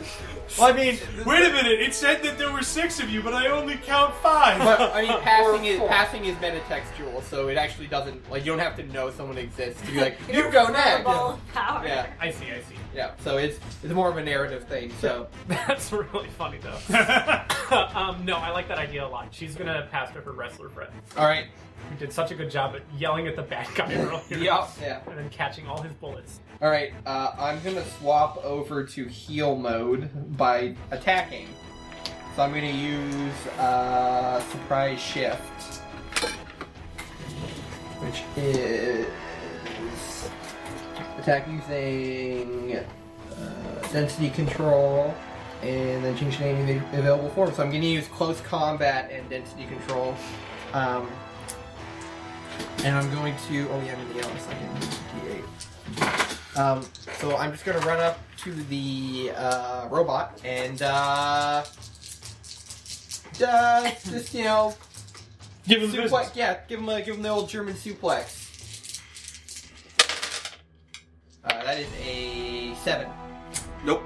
Well, I mean,
Wait a minute. It said that there were six of you, but I only count five.
but, I mean, passing is passing is metatextual, so it actually doesn't like you don't have to know someone exists to be like you go
The
next.
ball of power.
Yeah.
I see, I see.
Yeah, so it's it's more of a narrative thing. So
That's really funny though. um, no, I like that idea a lot. She's gonna pass to her wrestler friend,
all right,
who did such a good job at yelling at the bad guy earlier,
Yup.
yeah,
and then catching all his bullets.
all right. Uh, I'm gonna swap over to heal mode by attacking. So I'm gonna use uh, surprise shift, which is attack using uh, density control, and then change to any av- available form. So I'm going to use close combat and density control. Um, and I'm going to. Oh, yeah, I'm going to yell a second. D8. Um, so I'm just going to run up to the uh, robot and uh, just, just, you know,
Give him the business.
suplex. Yeah, give him, a, give him the old German suplex. Uh, that is a 7.
Nope.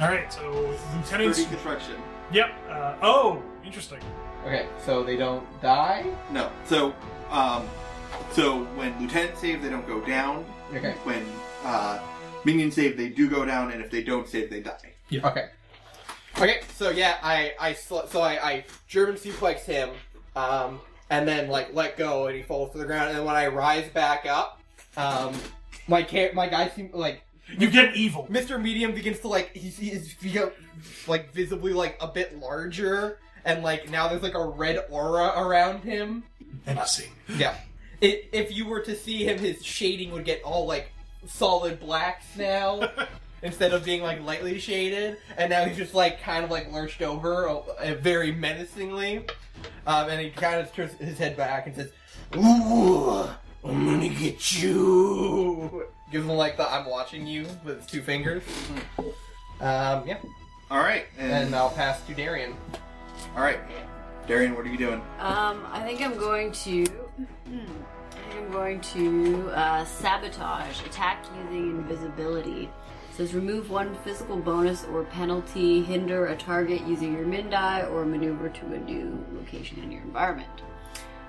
All right, so lieutenants.
Thirty construction.
Yep. Uh, oh, interesting.
Okay, so they don't die?
No. So, um, so when lieutenants save, they don't go down.
Okay.
When uh, minions save, they do go down, and if they don't save, they die.
Okay. Okay, so yeah, I, I, sl- so I, I German suplex him, um, and then like let go, and he falls to the ground. And then when I rise back up, um, my ca- my guy seem like
You get evil.
Mr. Medium begins to like he's, he's feel- like visibly like a bit larger, and like now there's like a red aura around him.
Menacing.
Yeah. I if you were to see him, his shading would get all like solid blacks now instead of being like lightly shaded. And now he's just like kind of like lurched over uh, very menacingly. Um, and he kind of turns his head back and says,
Ooh, I'm gonna get you.
Ooh. Gives him like the I'm watching you with two fingers. Um, yeah.
All right. And,
And I'll pass to Darian.
all right, Darian, what are you doing?
Um, I think I'm going to. I think I'm going to uh, sabotage attack using invisibility. It says remove one physical bonus or penalty, hinder a target using your min die, or maneuver to a new location in your environment.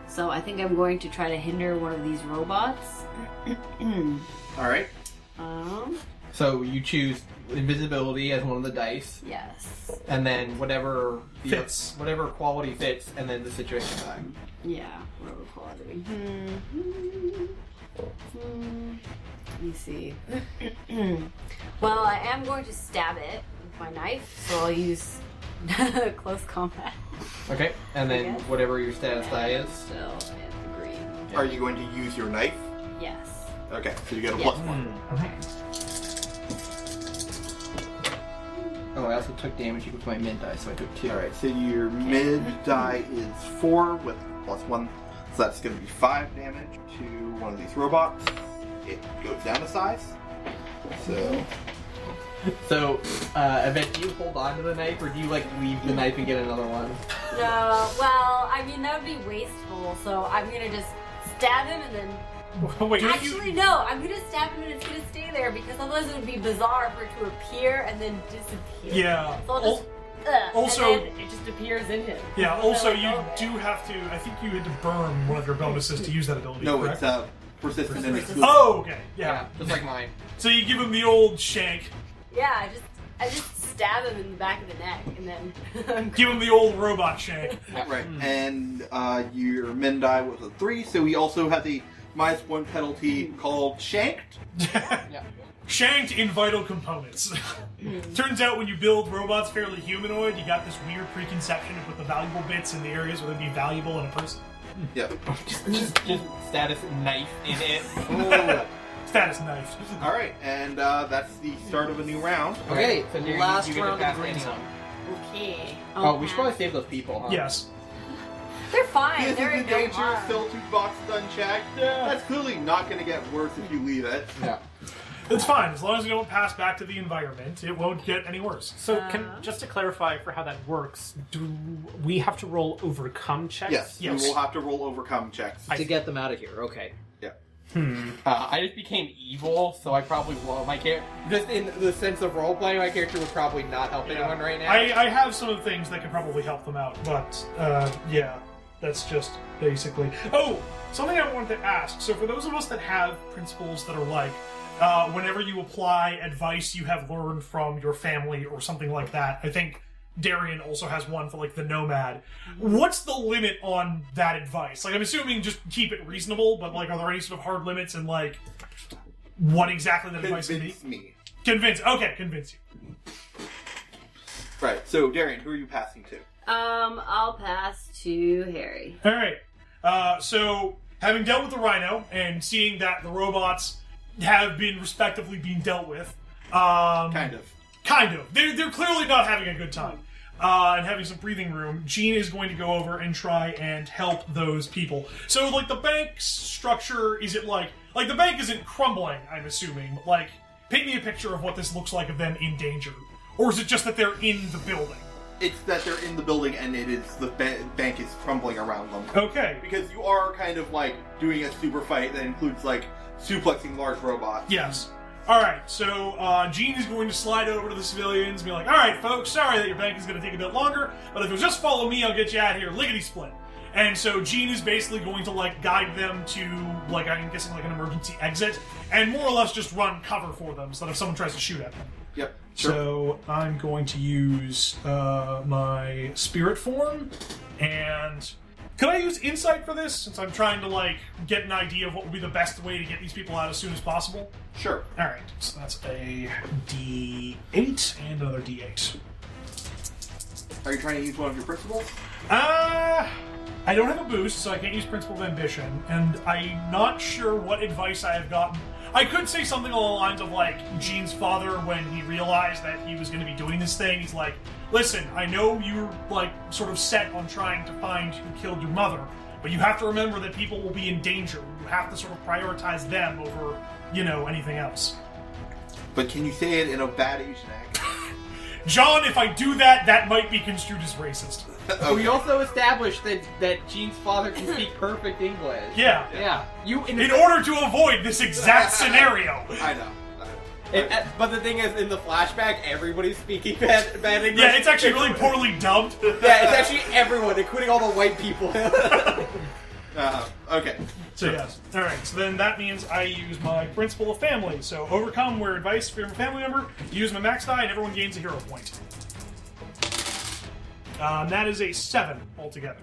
So I think I'm going to try to hinder one of these robots.
All right.
Um,
So you choose invisibility as one of the dice,
yes,
and then whatever the-
Fits.
whatever quality fits, and then the situation die.
yeah, whatever quality. Hmm, hmm, hmm. Let me see. well, I am going to stab it with my knife, so I'll use close combat.
Okay, and then
Okay.
whatever your status die is.
Still in the green.
Are you going to use your knife? Mm,
Yes.
Okay. So you get a
Yeah.
plus one.
Oh, I also took damage with my mid die, so I took two.
All right. So your mid die is four with plus one, so that's going to be five damage to one of these robots. It goes down a size. So
So, uh, Yvette, do you hold on to the knife, or do you like leave the knife and get another one?
No. Well, I mean that would be wasteful. So I'm gonna just stab him and then.
Wait, you,
Actually, no. I'm gonna stab him and it's gonna stay there because otherwise it would be bizarre for it to appear and then disappear.
yeah.
So I'll just, ugh,
also-
and then it just appears in him.
Yeah.
I'll
Also,
let
you
go of it.
do have to. I think you had to burn one of your bonuses to use that ability.
no,
correct?
it's uh, persistent and exclusive.
Oh, okay. Yeah.
just like mine.
So you give him the old shank.
Yeah, I just I just stab him in the back of the neck and then. I'm
Give him the old robot shank.
Right, and uh, your Mendai was a three, so he also has a minus one penalty called shanked.
Shanked in vital components. Turns out when you build robots fairly humanoid, you got this weird preconception to put the valuable bits in the areas where they'd be valuable in a person.
Yep.
just, just status knife in it.
Oh,
Status knife.
all right, and uh, that's the start of a new round.
Okay, so
Darian,
last
you get to
round of
pass
the green
anyone.
one.
okay.
Oh, we should
I'll
probably save those people, huh?
Yes.
pass. They're fine.
This
They're
is
in
the
no
danger of
harm.
still two boxes unchecked. That's clearly not going to get worse if you leave it.
Yeah.
It's fine. As long as you don't pass back to the environment, it won't get any worse.
So, can
Uh.
just to clarify for how that works, do we have to roll overcome checks?
Yes, you
Yes.
will have to roll overcome checks.
I-
to get them out of here. Okay.
Uh, I just became evil, so I probably will. My character, just in the sense of role playing, my character would probably not help
Yeah.
anyone right now.
I, I have some of the things that could probably help them out, but uh, yeah, that's just basically. Oh, something I wanted to ask. So, for those of us that have principles that are like, uh, whenever you apply advice you have learned from your family or something like that, I think Darian also has one for like the nomad. What's the limit on that advice? Like, I'm assuming just keep it reasonable, but like, are there any sort of hard limits and like what exactly that advice would be?
Convince me.
Convince. Okay, convince you.
Right, so Darian, who are you passing to?
Um, I'll pass to Harry.
All right. Uh, so, having dealt with the rhino and seeing that the robots have been respectively being dealt with, um,
Kind of.
Kind of. They're, they're clearly not having a good time. Uh, and having some breathing room, Gene is going to go over and try and help those people. So, like, the bank's structure, is it like... Like, the bank isn't crumbling, I'm assuming. But, like, paint me a picture of what this looks like of them in danger. Or is it just that they're in the building?
It's that they're in the building and it is the ba- bank is crumbling around them.
Okay.
Because you are kind of like doing a super fight that includes like suplexing large robots.
Yes. All right. So uh, Gene is going to slide over to the civilians and be like, "All right, folks. Sorry that your bank is going to take a bit longer, but if you'll just follow me, I'll get you out of here, lickety split." And so Gene is basically going to like guide them to like I'm guessing like an emergency exit, and more or less just run cover for them so that if someone tries to shoot at them.
Yep.
So I'm going to use uh, my spirit form, and could I use insight for this since I'm trying to like get an idea of what would be the best way to get these people out as soon as possible?
Sure.
All right, so that's a D8 and another D8.
Are you trying to use one of your principles?
Uh, I don't have a boost, so I can't use Principle of Ambition, and I'm not sure what advice I have gotten. I could say something along the lines of like Gene's father when he realized that he was going to be doing this thing. He's like, "Listen, I know you're like sort of set on trying to find who killed your mother, but you have to remember that people will be in danger. You have to sort of prioritize them over, you know, anything else."
But can you say it in a bad Asian accent?
John, if I do that, that might be construed as racist.
We also established that that Gene's father can speak perfect English.
Yeah.
Yeah.
You in,
In order to avoid this exact scenario.
I know. I know.
and- uh, but the thing is, in the flashback, everybody's speaking bad, bad English.
Yeah, it's actually really poorly dubbed.
Yeah, it's actually everyone, including all the white people. Oh,
Uh, okay.
So yes. All right. So then that means I use my principle of family. So overcome where advice from a family member. You use my max die, and everyone gains a hero point. Um, that is a seven altogether.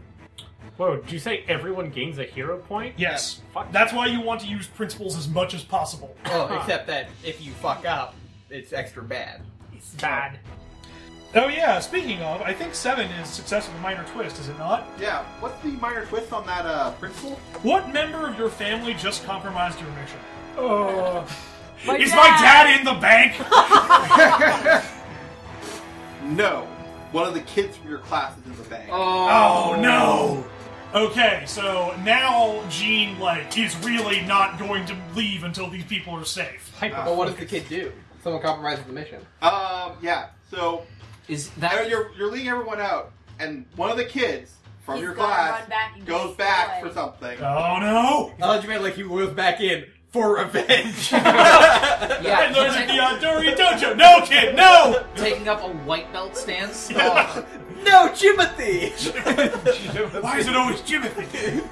Whoa, did you say everyone gains a hero point?
Yes.
Fuck.
That's why you want to use principles as much as possible.
oh, except that if you fuck up, it's extra bad.
It's bad.
Oh yeah. Speaking of, I think seven is success with a minor twist, is it not?
Yeah. What's the minor twist on that uh, principle?
What member of your family just compromised your mission?
Oh.
is my dad in the bank?
No. One of the kids from your class is in the bank.
Oh,
Oh no! Oh. Okay, so now Gene like is really not going to leave until these people are safe.
Hyper-
But what does the kid do? Someone compromises the mission.
Um. Yeah. So
Is
I
that
know you're you're leading everyone out, and one of the kids from
He's
your
gonna
class
run back and
goes
get
back
destroyed.
for something.
Oh no!
I thought you meant like he was back in for revenge.
And there's
yeah?
the
ta-
Dory Dojo. No kid, no!
taking up a white belt stance? Oh.
no, Jimothy!
Why is it always Jimothy?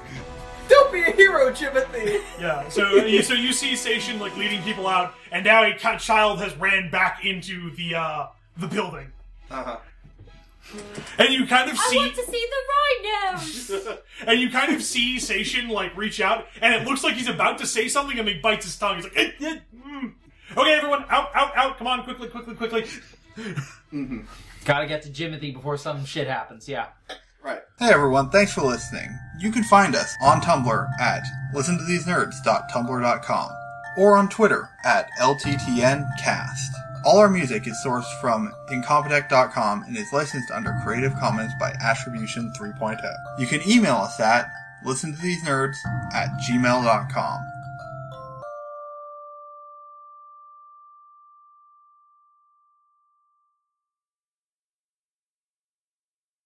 Don't be a hero, Jimothy!
Yeah. So you, so you see Station like leading people out, and now a ca- child has ran back into the uh the building,
Uh-huh.
and you kind of
I
see
want to see the rhinos.
and you kind of see Sation like reach out, and it looks like he's about to say something, and he bites his tongue. He's like, eh, eh, mm. "Okay, everyone, out, out, out! Come on, quickly, quickly, quickly!"
Gotta get to Jimothy before some shit happens. Yeah.
Right.
Hey everyone, thanks for listening. You can find us on Tumblr at listentothesenerds.tumblr.com or on Twitter at LTTNcast. All our music is sourced from incompetech.com and is licensed under Creative Commons by oh. Attribution 3.0. You can email us at listentothesenerds at gmail.com.